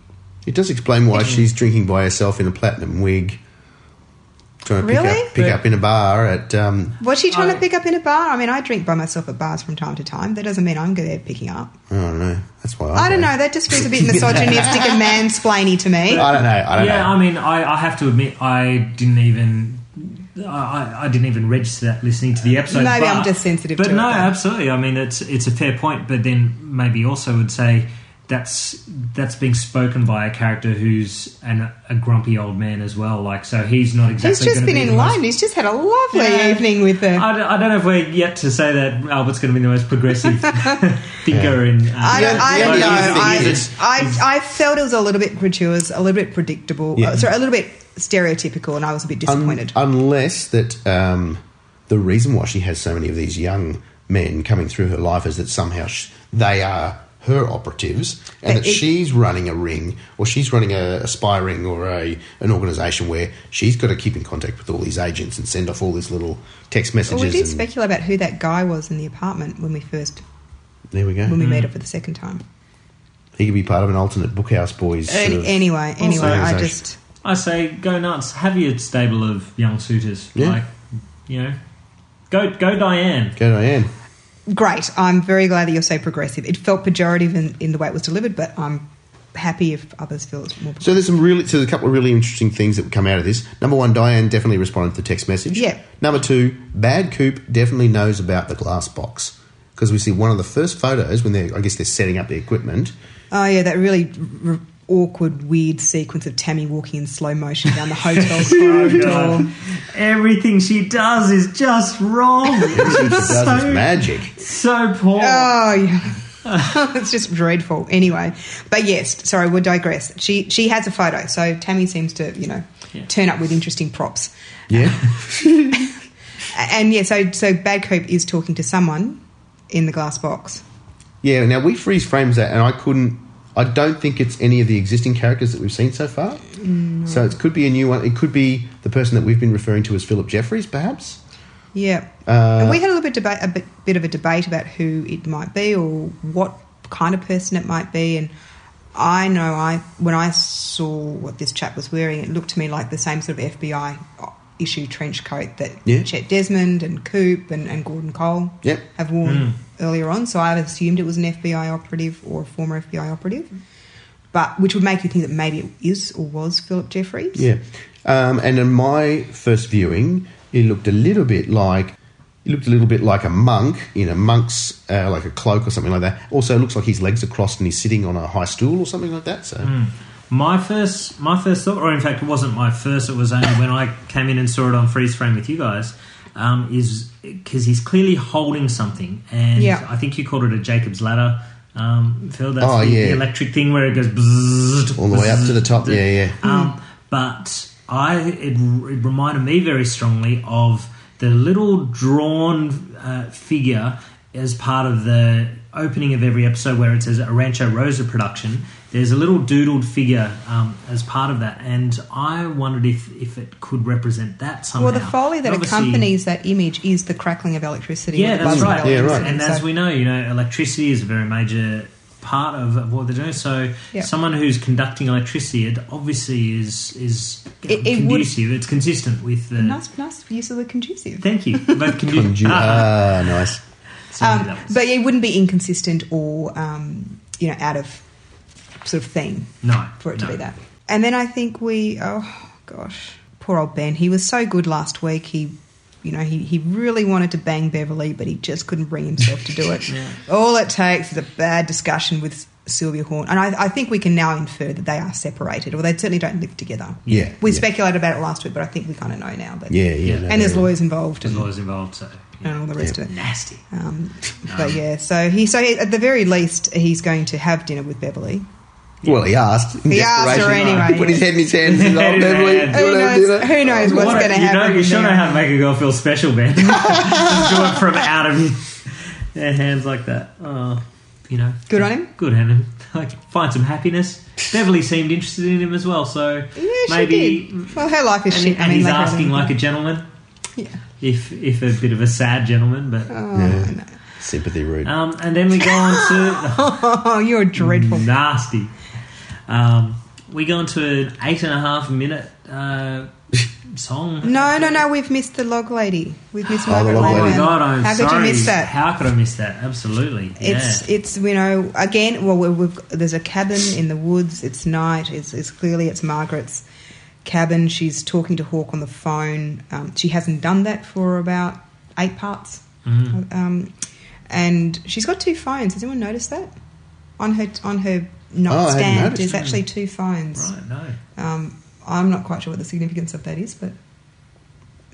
A: it does explain why she's drinking by herself in a platinum wig, trying to
F: Really?
A: pick up pick up in a bar at. Um,
F: What's she trying
C: I-
F: to pick up in a bar? I mean, I drink by myself at bars from time to time. That doesn't mean I'm good at picking up.
A: I don't know. That's why I,
F: I don't know. That just feels a bit misogynistic and mansplainy to me.
A: I don't know. I don't
C: yeah,
A: know.
C: I mean, I, I have to admit, I didn't even. I- I, I didn't even register that listening to the episode.
F: Uh, Maybe
C: but-
F: I'm just sensitive
C: but
F: to it,
C: no,
F: though.
C: absolutely. I mean, it's it's a fair point, but then maybe also would say that's that's being spoken by a character who's an, a grumpy old man as well. Like, so he's not exactly.
F: He's just
C: gonna
F: been
C: be the
F: in
C: most-
F: line. He's just had a lovely
C: Yeah.
F: evening with her.
C: I don't, I don't know if we're yet to say that Albert's going to be the most progressive thinker in. Uh,
F: I don't, I don't know.
A: Yeah, yeah, he's-
F: I,
A: he's-
F: I, I felt it was a little bit gratuitous, a little bit predictable,
A: Yeah. Um,
F: uh, sorry, a little bit stereotypical, and I was a bit disappointed.
A: Unless that um, the reason why she has so many of these young men coming through her life is that somehow sh- they are her operatives
F: But
A: and that
F: it-
A: she's running a ring or she's running a, a spy ring or a an organization where she's got to keep in contact with all these agents and send off all these little text messages
F: well, we did
A: and-
F: speculate about who that guy was in the apartment when we first
A: there we go
F: when we met up for the second time.
A: he could be part of an alternate bookhouse boys sort
F: Any,
A: of-
F: anyway, anyway, I
A: Organisation.
F: just
C: I say go nuts. Have your stable of young suitors.
A: Yeah.
C: Like, you know, go go Diane.
A: go Diane
F: great. I'm very glad that you're so progressive. It felt pejorative in, in the way it was delivered, but I'm happy if others feel it's more.
A: So there's some really, so there's a couple of really interesting things that come out of this. Number one, Diane definitely responded to the text message.
F: Yeah.
A: Number two, Bad Coop definitely knows about the glass box because we see one of the first photos when they're, I guess they're setting up the equipment.
F: Oh yeah, that really r- awkward, weird sequence of Tammy walking in slow motion down the hotel
C: Oh,
F: corridor.
C: Everything she does is just wrong. It's
A: That was magic.
C: so poor.
F: Oh yeah. it's just dreadful. Anyway, but yes, sorry, we'll digress. She she has a photo, so Tammy seems to you know
C: Yeah.
F: turn up with interesting props.
A: Yeah.
F: And yeah, so so Bad Cope is talking to someone in the glass box.
A: Yeah, now we freeze frames that, and I couldn't. I don't think it's any of the existing characters that we've seen so far. So it could be a new one. It could be the person that we've been referring to as Philip Jeffries, perhaps.
F: Yeah, and we
A: Uh,
F: had a little bit debate, a bit, bit of a debate about who it might be or what kind of person it might be. And I know I when I saw what this chap was wearing, it looked to me like the same sort of FBI issue trench coat that
A: Yeah.
F: Chet Desmond and Coop and, and Gordon Cole
A: Yep.
F: have worn earlier on. So I assumed it was an FBI operative or a former FBI operative. But which would make you think that maybe it is or was Philip Jeffries.
A: Yeah. Um, and in my first viewing, it looked a little bit like it looked a little bit like a monk in a monk's uh, like a cloak or something like that. Also, it looks like his legs are crossed and he's sitting on a high stool or something like that. So
C: My first, my first thought, or in fact, it wasn't my first. It was only when I came in and saw it on freeze frame with you guys. Um, is because he's clearly holding something, and
F: Yeah.
C: I think you called it a Jacob's ladder, um, Phil. That's
A: Oh,
C: the,
A: yeah.
C: the electric thing where it goes bzzzt,
A: all the way up to the top.
C: bzzzt.
A: Yeah, yeah.
F: Mm.
C: Um, but I it, it reminded me very strongly of the little drawn uh, figure as part of the opening of every episode where it says a Rancho Rosa production. There's a little doodled figure um, as part of that, and I wondered if, if it could represent that somehow.
F: Well, the folly that
C: And obviously-
F: accompanies that image is the crackling of electricity.
C: Yeah,
F: the
C: that's
F: buzz of
C: right.
A: Yeah,
F: electricity.
A: right.
C: And as
F: So-
C: we know, you know, electricity is a very major part of, of what they're doing. So
F: Yeah.
C: someone who's conducting electricity, it obviously is is you know,
F: It- it would-
C: conducive. it's consistent with the.
F: nice, nice use of the conducive.
C: Thank you. Both
A: Condu-
C: conducive.
A: ah, nice.
F: Um, but it wouldn't be inconsistent or um, you know out of sort of theme
C: no,
F: for it to
C: no.
F: be that. And then I think we, oh gosh, poor old Ben. He was so good last week. He, you know, he, he really wanted to bang Beverly, but he just couldn't bring himself to do it. All it takes is a bad discussion with Sylvia Horn. And I, I think we can now infer that they are separated, or they certainly don't live together.
A: Yeah,
F: We
A: yeah.
F: speculated about it last week, but I think we kind of know now. But
A: Yeah, yeah.
C: Yeah.
A: no,
F: And there's
A: no.
F: lawyers involved
C: There's
F: and,
C: lawyers involved, so yeah.
F: and all the rest of it.
C: nasty.
F: Um, But yeah, so he so he, at the very least he's going to have dinner with Beverly.
A: Well, he asked. in
F: He asked her
A: desperation.
F: anyway,
A: He put
F: yeah.
A: his head in his hands
C: Head
A: and old
C: in his
A: Beverly.
C: hands.
A: "Do you
F: Who
A: wanna have
F: knows?
A: dinner?"
F: Who knows what's
C: What a-
F: going to
C: you know,
F: happen?
C: you sure know
F: now.
C: how to make a girl feel special, Ben. Just do it from out of their hands like that. Oh, you know.
F: Good on him.
C: Good on him. Like, find some happiness. Beverly seemed interested in him as well, so
F: Yeah, she
C: maybe.
F: did. Well, her life is
C: And,
F: shit.
C: and he's
F: like, I
C: asking
F: don't-
C: like a gentleman,
F: Yeah.
C: if if a bit of a sad gentleman, but.
F: Oh,
A: Yeah. Sympathy rude.
C: Um, and then we go on to Oh,
F: no. oh, you're dreadful.
C: Mm. Nasty. Um, we go into an eight and a half minute uh, song.
F: No, no, no. We've missed the log lady. We've missed
A: Oh, the
F: Margaret
A: log
C: Oh my
A: lady.
F: Leyland.
C: god, I'm
F: How
C: sorry.
F: could you miss that?
C: How could I miss that? Absolutely.
F: It's
C: yeah.
F: it's you know again well we've, we've there's a cabin in the woods. It's night. It's, it's clearly it's Margaret's cabin. She's talking to Hawk on the phone. Um, she hasn't done that for about eight parts,
C: Mm-hmm.
F: um, and she's got two phones. Has anyone noticed that on her on her nightstand?
A: Oh, noticed
F: There's
A: that.
F: actually two phones.
C: right, no.
F: Um, I'm not quite sure what the significance of that is, but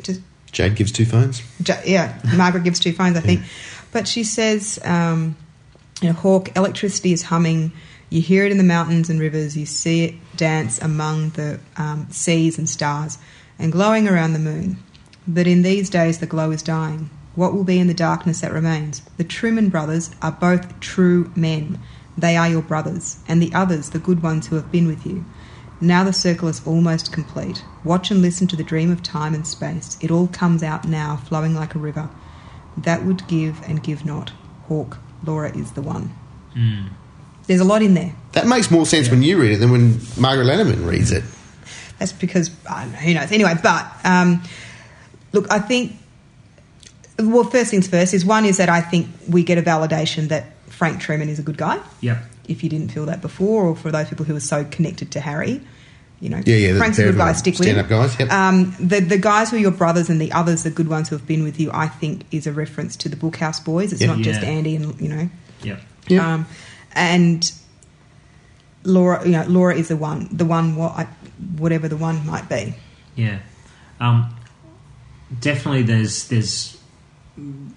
F: just
A: Jade gives two phones.
F: Ju- yeah, Margaret gives two phones, I think. But she says, um, you know, Hawk, electricity is humming. You hear it in the mountains and rivers. You see it dance among the um, seas and stars and glowing around the moon. But in these days, the glow is dying. What will be in the darkness that remains? The Truman brothers are both true men. They are your brothers, and the others, the good ones who have been with you. Now the circle is almost complete. Watch and listen to the dream of time and space. It all comes out now, flowing like a river. That would give and give not. Hawk, Laura is the one. There's a lot in there.
A: That makes more sense when you read it than when Margaret Lannerman reads it.
F: That's because I don't know, who knows. Anyway, but um, look, I think. Well, first things first is one is that I think we get a validation that Frank Truman is a good guy.
C: Yep.
F: If you didn't feel that before, or for those people who are so connected to Harry, you know,
A: Yeah, yeah. the
F: Frank's a
A: pair
F: good
A: of
F: guy.
A: them
F: Stick with him.
A: Stand-up guys. Yep.
F: Um, the the guys who are your brothers and the others, the good ones who have been with you, I think is a reference to the Bookhouse Boys. It's
A: Yeah.
F: not just
C: Yeah.
F: Andy Um, and you know,
C: Yep.
A: Yeah.
F: um, and Laura, you know, Laura is the one, the one, what, whatever the one might be.
C: Yeah, um, definitely. There's there's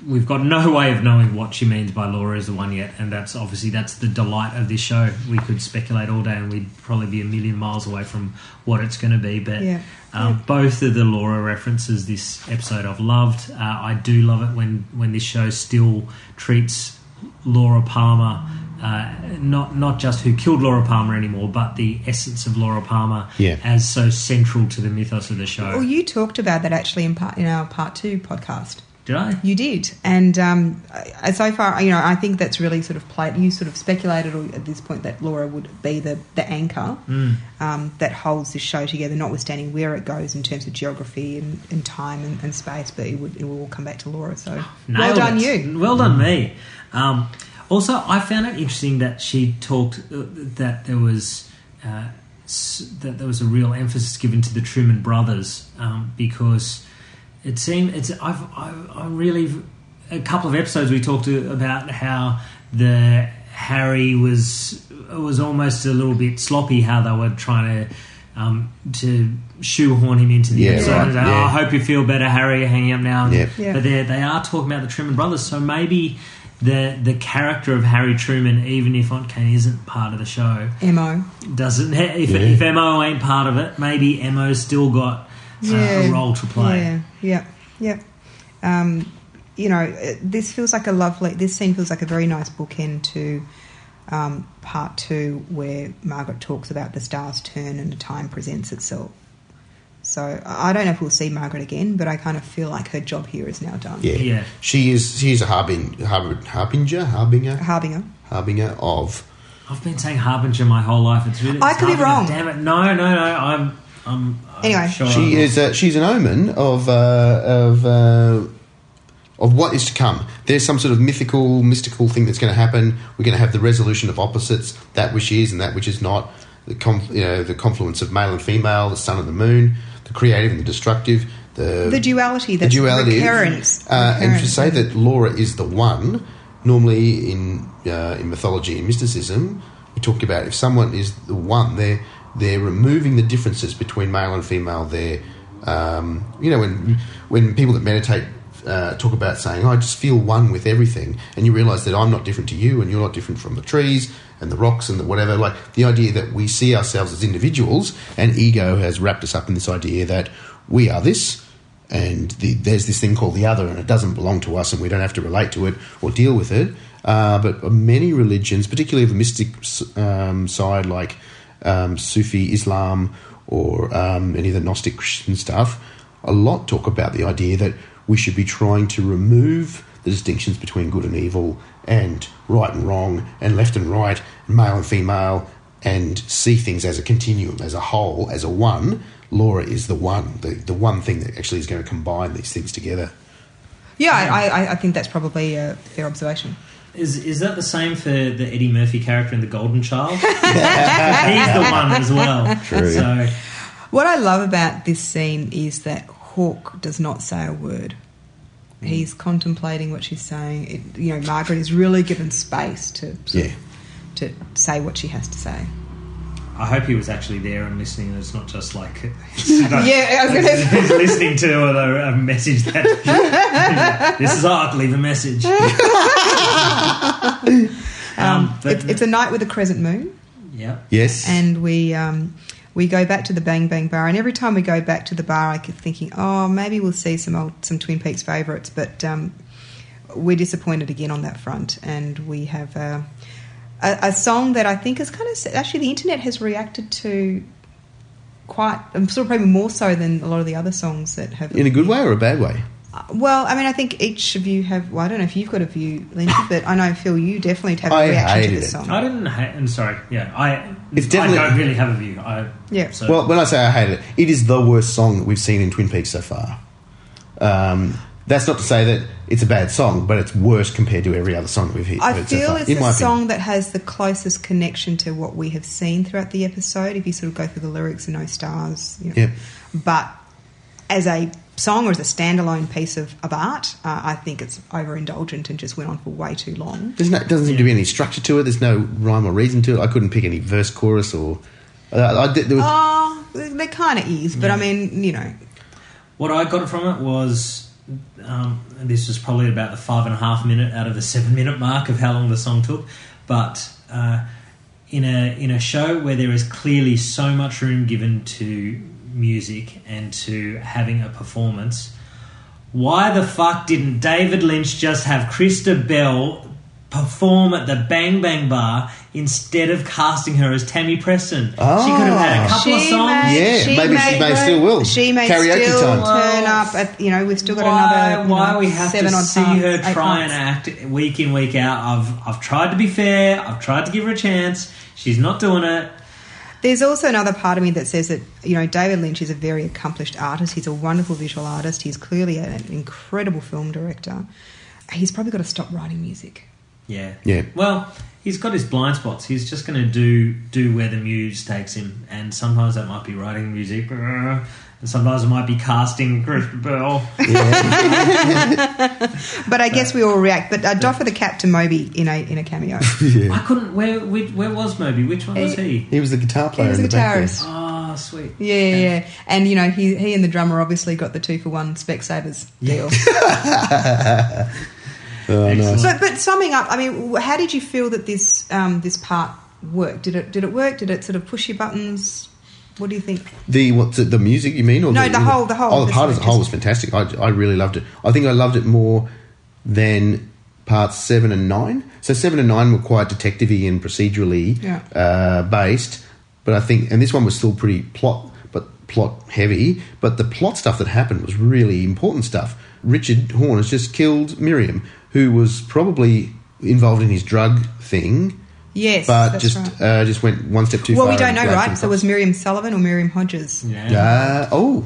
C: we've got no way of knowing what she means by Laura is the one yet, and that's obviously that's the delight of this show. We could speculate all day, and we'd probably be a million miles away from what it's going to be. But
F: Yeah.
C: um, both of the Laura references this episode I've loved. Uh, I do love it when when this show still treats Laura Palmer. Uh, not not just who killed Laura Palmer anymore, but the essence of Laura Palmer
A: Yeah.
C: as so central to the mythos of the show.
F: Well, you talked about that actually in part in our part two podcast.
C: Did I?
F: You did, and um, I- so far, you know, I think that's really sort of played. You sort of speculated or at this point that Laura would be the the anchor
C: Mm.
F: um, that holds this show together, notwithstanding where it goes in terms of geography and, and time and, and space. But it would it will all come back to Laura. So well
C: Nailed
F: done,
C: it.
F: you.
C: Well done, me. Um, also, I found it interesting that she talked uh, that there was uh, s- that there was a real emphasis given to the Truman brothers um, because it seemed it's I've, I've I really a couple of episodes we talked to, about how the Harry was was almost a little bit sloppy how they were trying to. Um, to shoehorn him into the
A: Yeah,
C: episode,
A: right,
C: and, oh,
A: yeah.
C: I hope you feel better, Harry. You're hanging up now, and-
A: Yep.
F: Yeah.
C: but they're, they are talking about the Truman brothers, so maybe the the character of Harry Truman, even if Aunt Kane isn't part of the show,
F: Mo.
C: doesn't if if Mo ain't part of it, maybe Mo's still got uh, a role to play.
F: Yeah, yeah, yeah. Um, you know, it- this feels like a lovely. This scene feels like a very nice bookend to um, part two, where Margaret talks about the stars turn and the time presents itself. So I I don't know if we'll see Margaret again, but I kind of feel like her job here is now done.
A: Yeah.
C: Yeah.
A: She is she is a harbin, harbin, harbinger, harbinger,
F: Harbinger.
A: harbinger of.
C: I've been saying harbinger my whole life. It's really
F: I
C: it's
F: could be
C: Harbinger.
F: wrong.
C: Damn it! No, no, no. I'm I'm, I'm
F: Anyway.
C: sure I'm
A: She
C: wrong.
A: is a, she's an omen of uh, of uh, of what is to come. There's some sort of mythical, mystical thing that's going to happen. We're going to have the resolution of opposites, that which is and that which is not. The conf, you know the confluence of male and female, the sun and the moon, the creative and the destructive. The
F: The duality.
A: the
F: That's
A: duality.
F: Recurrence.
A: Uh, and to
F: recurrence.
A: say that Laura is the one, normally in uh, in mythology and mysticism, we talk about if someone is the one, they're they're removing the differences between male and female. They're um, you know when when people that meditate. Uh, talk about saying, I just feel one with everything, and you realize that I'm not different to you, and you're not different from the trees and the rocks and the whatever. Like the idea that we see ourselves as individuals, and ego has wrapped us up in this idea that we are this, and the, there's this thing called the other, and it doesn't belong to us, and we don't have to relate to it or deal with it. Uh, but many religions, particularly the mystic um, side, like um, Sufi Islam or um, any of the Gnostic Christian stuff, a lot talk about the idea that we should be trying to remove the distinctions between good and evil, and right and wrong, and left and right, and male and female, and see things as a continuum, as a whole, as a one, Laura is the one, the, the one thing that actually is going to combine these things together.
F: yeah, I, I, I think that's probably a fair observation.
C: Is is that the same for the Eddie Murphy character in The Golden Child? He's the one as well.
A: True.
C: So
F: What I love about this scene is that Hawk does not say a word. He's contemplating what she's saying. It, you know, Margaret is really given space to sort of-
A: Yeah.
F: to say what she has to say.
C: I hope he was actually there and listening. and It's not just like
F: Yeah, I was gonna say-
C: he's listening to a, a message that this is art. Leave a message. um, but
F: It's, it's a night with a crescent moon,
C: yeah,
A: Yes.
F: and we um, we go back to the Bang Bang Bar. And every time we go back to the bar, I keep thinking, oh, maybe we'll see some old some Twin Peaks favourites, but um, we're disappointed again on that front. And we have a, a, a song that I think is kind of actually the internet has reacted to quite, um, sort of probably more so than a lot of the other songs that have.
A: In a good way or a bad way?
F: Uh, well, I mean, I think each of you have. Well, I don't know if you've got a view, Lindsay, but I know Phil, you definitely have
A: I
F: a reaction to
A: hated
F: this
A: it.
F: song.
C: I didn't. Ha- I'm sorry. Yeah, I.
A: It's definitely-
C: I don't really have a view. I,
F: Yeah.
C: So,
A: Well, when I say I hate it, it is the worst song that we've seen in Twin Peaks so far. Um, that's not to say that it's a bad song, but it's worse compared to every other song that we've he-
F: I
A: heard so
F: feel
A: far.
F: it's
A: in my
F: the
A: opinion.
F: song that has the closest connection to what we have seen throughout the episode. If you sort of go through the lyrics and no stars, you know.
A: Yep.
F: but as a song or as a standalone piece of, of art, uh, I think it's overindulgent and just went on for way too long.
A: There's no, doesn't seem to be any structure to it. There's no rhyme or reason to it. I couldn't pick any verse, chorus, or. Uh, I, did- there was,
F: Oh, there kind of is, but I mean, you know,
C: What I got from it was um, this was probably about the five and a half minute out of the seven minute mark of how long the song took, but uh, in a in a show where there is clearly so much room given to music and to having a performance, why the fuck didn't David Lynch just have Krista Bell perform at the Bang Bang Bar instead of casting her as Tammy Preston? she could have
F: Ah.
C: had a couple of songs.
A: Yeah, maybe she may still will.
F: She may
A: Karaoke
F: still
A: time.
F: turn up. At, you know, we've still got
C: why,
F: another. you
C: why
F: know,
C: we have
F: seven
C: to
F: odd
C: see
F: months,
C: her
F: eight
C: try and
F: months.
C: act week in week out. I've I've tried to be fair. I've tried to give her a chance. She's not doing it.
F: There's also another part of me that says that you know David Lynch is a very accomplished artist. He's a wonderful visual artist. He's clearly an incredible film director. He's probably got to stop writing music.
C: Yeah.
A: Yeah.
C: Well, he's got his blind spots. He's just going to do do where the muse takes him, and sometimes that might be writing music, and sometimes it might be casting Christopher Bell.
F: But I guess we all react. But I'd offer the cap to Moby in a in a cameo.
C: I couldn't. Where, where where was Moby? Which one was he?
A: He was the guitar
F: He
A: player.
F: was
A: in
F: a
A: the background.
F: guitarist.
C: Ah, sweet.
F: Yeah, yeah, yeah. And you know, he he and the drummer obviously got the two for one Specsavers deal.
A: Oh,
C: Excellent.
F: So, but summing up, I mean, wh- how did you feel that this um, this part worked? Did it did it work? Did it sort of push your buttons? What do you think?
A: The what's it, the music you mean? Or
F: No, the whole- the whole-
A: Oh, the part as a
F: the-
A: whole was fantastic. I, I really loved it. I think I loved it more than parts seven and nine. So seven and nine were quite detective-y and procedurally
F: Yeah.
A: uh, based, but I think and this one was still pretty plot, but plot heavy. But the plot stuff that happened was really important stuff. Richard Horn has just killed Miriam, who was probably involved in his drug thing,
F: Yes,
A: but
F: that's
A: just
F: right.
A: uh, just went one step too
F: Well,
A: far.
F: we don't
A: and
F: know,
A: grabbed
F: right?
A: some
F: So it was Miriam Sullivan or Miriam Hodges?
C: Yeah.
A: uh, oh,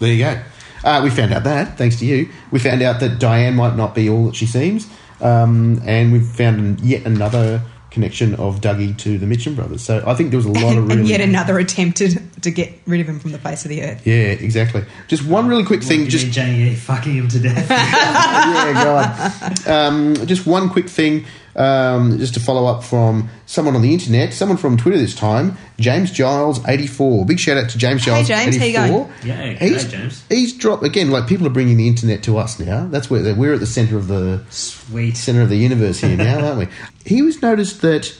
A: there you go. Uh, we found out that, thanks to you. We found out that Diane might not be all that she seems. Um, and we've found an- yet another connection of Dougie to the Mitchum brothers. So I think there was a lot of
F: And,
A: really.
F: yet another attempt to, to get rid of him from the face of the earth.
A: Yeah, exactly. Just one really quick
C: You
A: thing.
C: mean
A: Just
C: Jane, fucking him to death.
A: yeah, God. Um, just one quick thing, um, just to follow up from someone on the internet, someone from Twitter this time, James Giles eighty four. Big shout out to James Giles.
F: James, how you
A: 84.
F: going?
C: Yeah, g'day,
A: he's,
C: James.
A: He's dropped again. Like people are bringing the internet to us now. That's where we're at the center of the
C: Sweet.
A: center of the universe here now, aren't we? He was noticed that.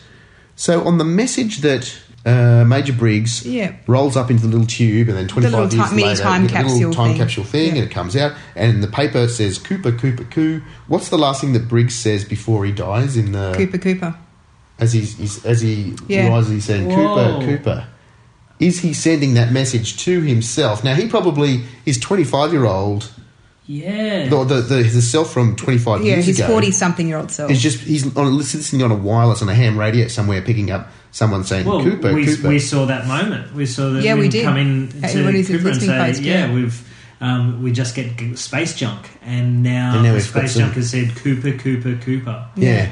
A: So on the message that uh, Major Briggs
F: Yeah.
A: rolls up into the little tube, and then twenty five
F: little
A: years
F: ti- mini
A: later,
F: time
A: the
F: capsule
A: little time
F: thing.
A: capsule thing,
F: Yeah.
A: and it comes out, and the paper says Cooper, Cooper, Coo. What's the last thing that Briggs says before he dies? In the
F: Cooper Cooper.
A: as he's, he's as he
F: Yeah.
A: rises, he's saying
C: Whoa.
A: Cooper, Cooper. Is he sending that message to himself? Now he probably is twenty five year old.
C: Yeah.
A: The, the, the, the self from twenty five
F: Yeah,
A: years
F: his
A: ago.
F: forty something year old self.
A: He's just he's on listening on a wireless on a ham radio somewhere, picking up someone saying
C: Well,
A: Cooper,
C: we,
A: Cooper.
C: we saw that moment. We saw that.
F: Yeah, we
C: women
F: did.
C: Come in
F: At
C: to
F: everybody's
C: Cooper and
F: listening
C: say,
F: post,
C: "Yeah,
F: yeah.
C: we've um, we just get g- space junk, and now,
A: And now
C: the
A: we've got
C: space
A: some-
C: junk has said Cooper, Cooper, Cooper."
A: yeah,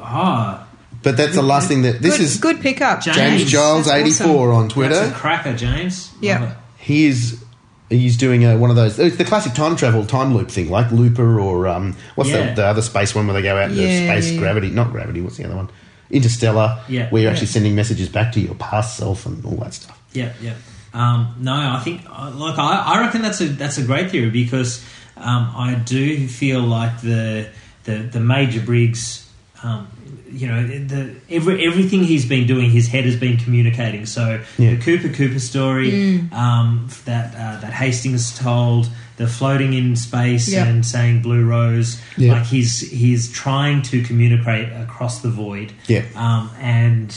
C: Ah,
A: but that's the last thing that this
F: good,
A: is.
F: good pickup.
C: James
A: James
C: Nice.
A: Giles
F: That's
A: eighty four on
C: that's a
A: Twitter.
C: cracker, James. Love
F: Yeah.
C: it.
A: he is he's doing a, one of those. It's the classic time travel time loop thing, like Looper or um, what's
C: Yeah.
A: the, the other space one where they go out into
F: Yeah,
A: space
F: yeah, yeah.
A: gravity, not gravity. What's the other one? Interstellar,
C: Yeah,
A: where you're
C: yeah.
A: actually sending messages back to your past self and all that stuff.
C: Yeah, yeah. Um, no, I think uh, look, I, I reckon that's a that's a great theory because um, I do feel like the the, the major Briggs, um, you know, the every, everything he's been doing, his head has been communicating. So
A: Yeah.
C: the Cooper Cooper story um, that uh, that Hastings told, the floating in space
F: Yeah.
C: and saying blue rose,
A: Yeah.
C: like he's he's trying to communicate across the void.
A: Yeah.
C: Um, and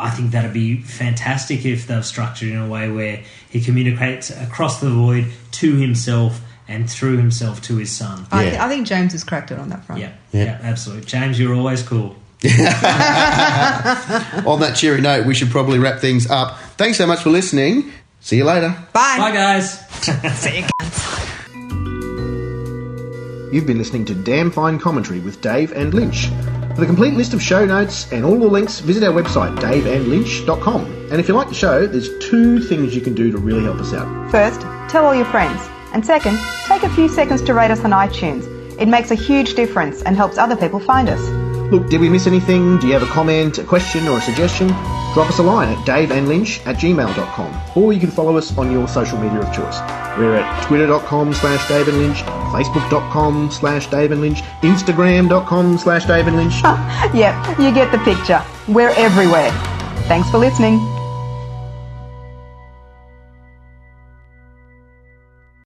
C: I think that'd be fantastic if they've structured in a way where he communicates across the void to himself and through himself to his son.
F: I,
A: Yeah.
F: th- I think James has cracked it on that front.
C: Yeah,
A: Yeah.
C: yeah, absolutely. James, you're always cool.
A: on that cheery note, we should probably wrap things up. Thanks so much for listening. See you later.
F: Bye.
C: Bye, guys.
F: See you, cunts.
G: You've been listening to Damn Fine Commentary with Dave and Lynch. For the complete list of show notes and all the links, visit our website, daveandlynch.com. And if you like the show, there's two things you can do to really help us out.
F: First, tell all your friends. And second, take a few seconds to rate us on iTunes. It makes a huge difference and helps other people find us.
G: Look, did we miss anything? Do you have a comment, a question, or a suggestion? Drop us a line at daveandlynch at gmail.com or you can follow us on your social media of choice. We're at twitter.com slash daveandlynch, facebook.com slash daveandlynch, instagram.com slash daveandlynch.
F: Yep, you get the picture. We're everywhere. Thanks for listening.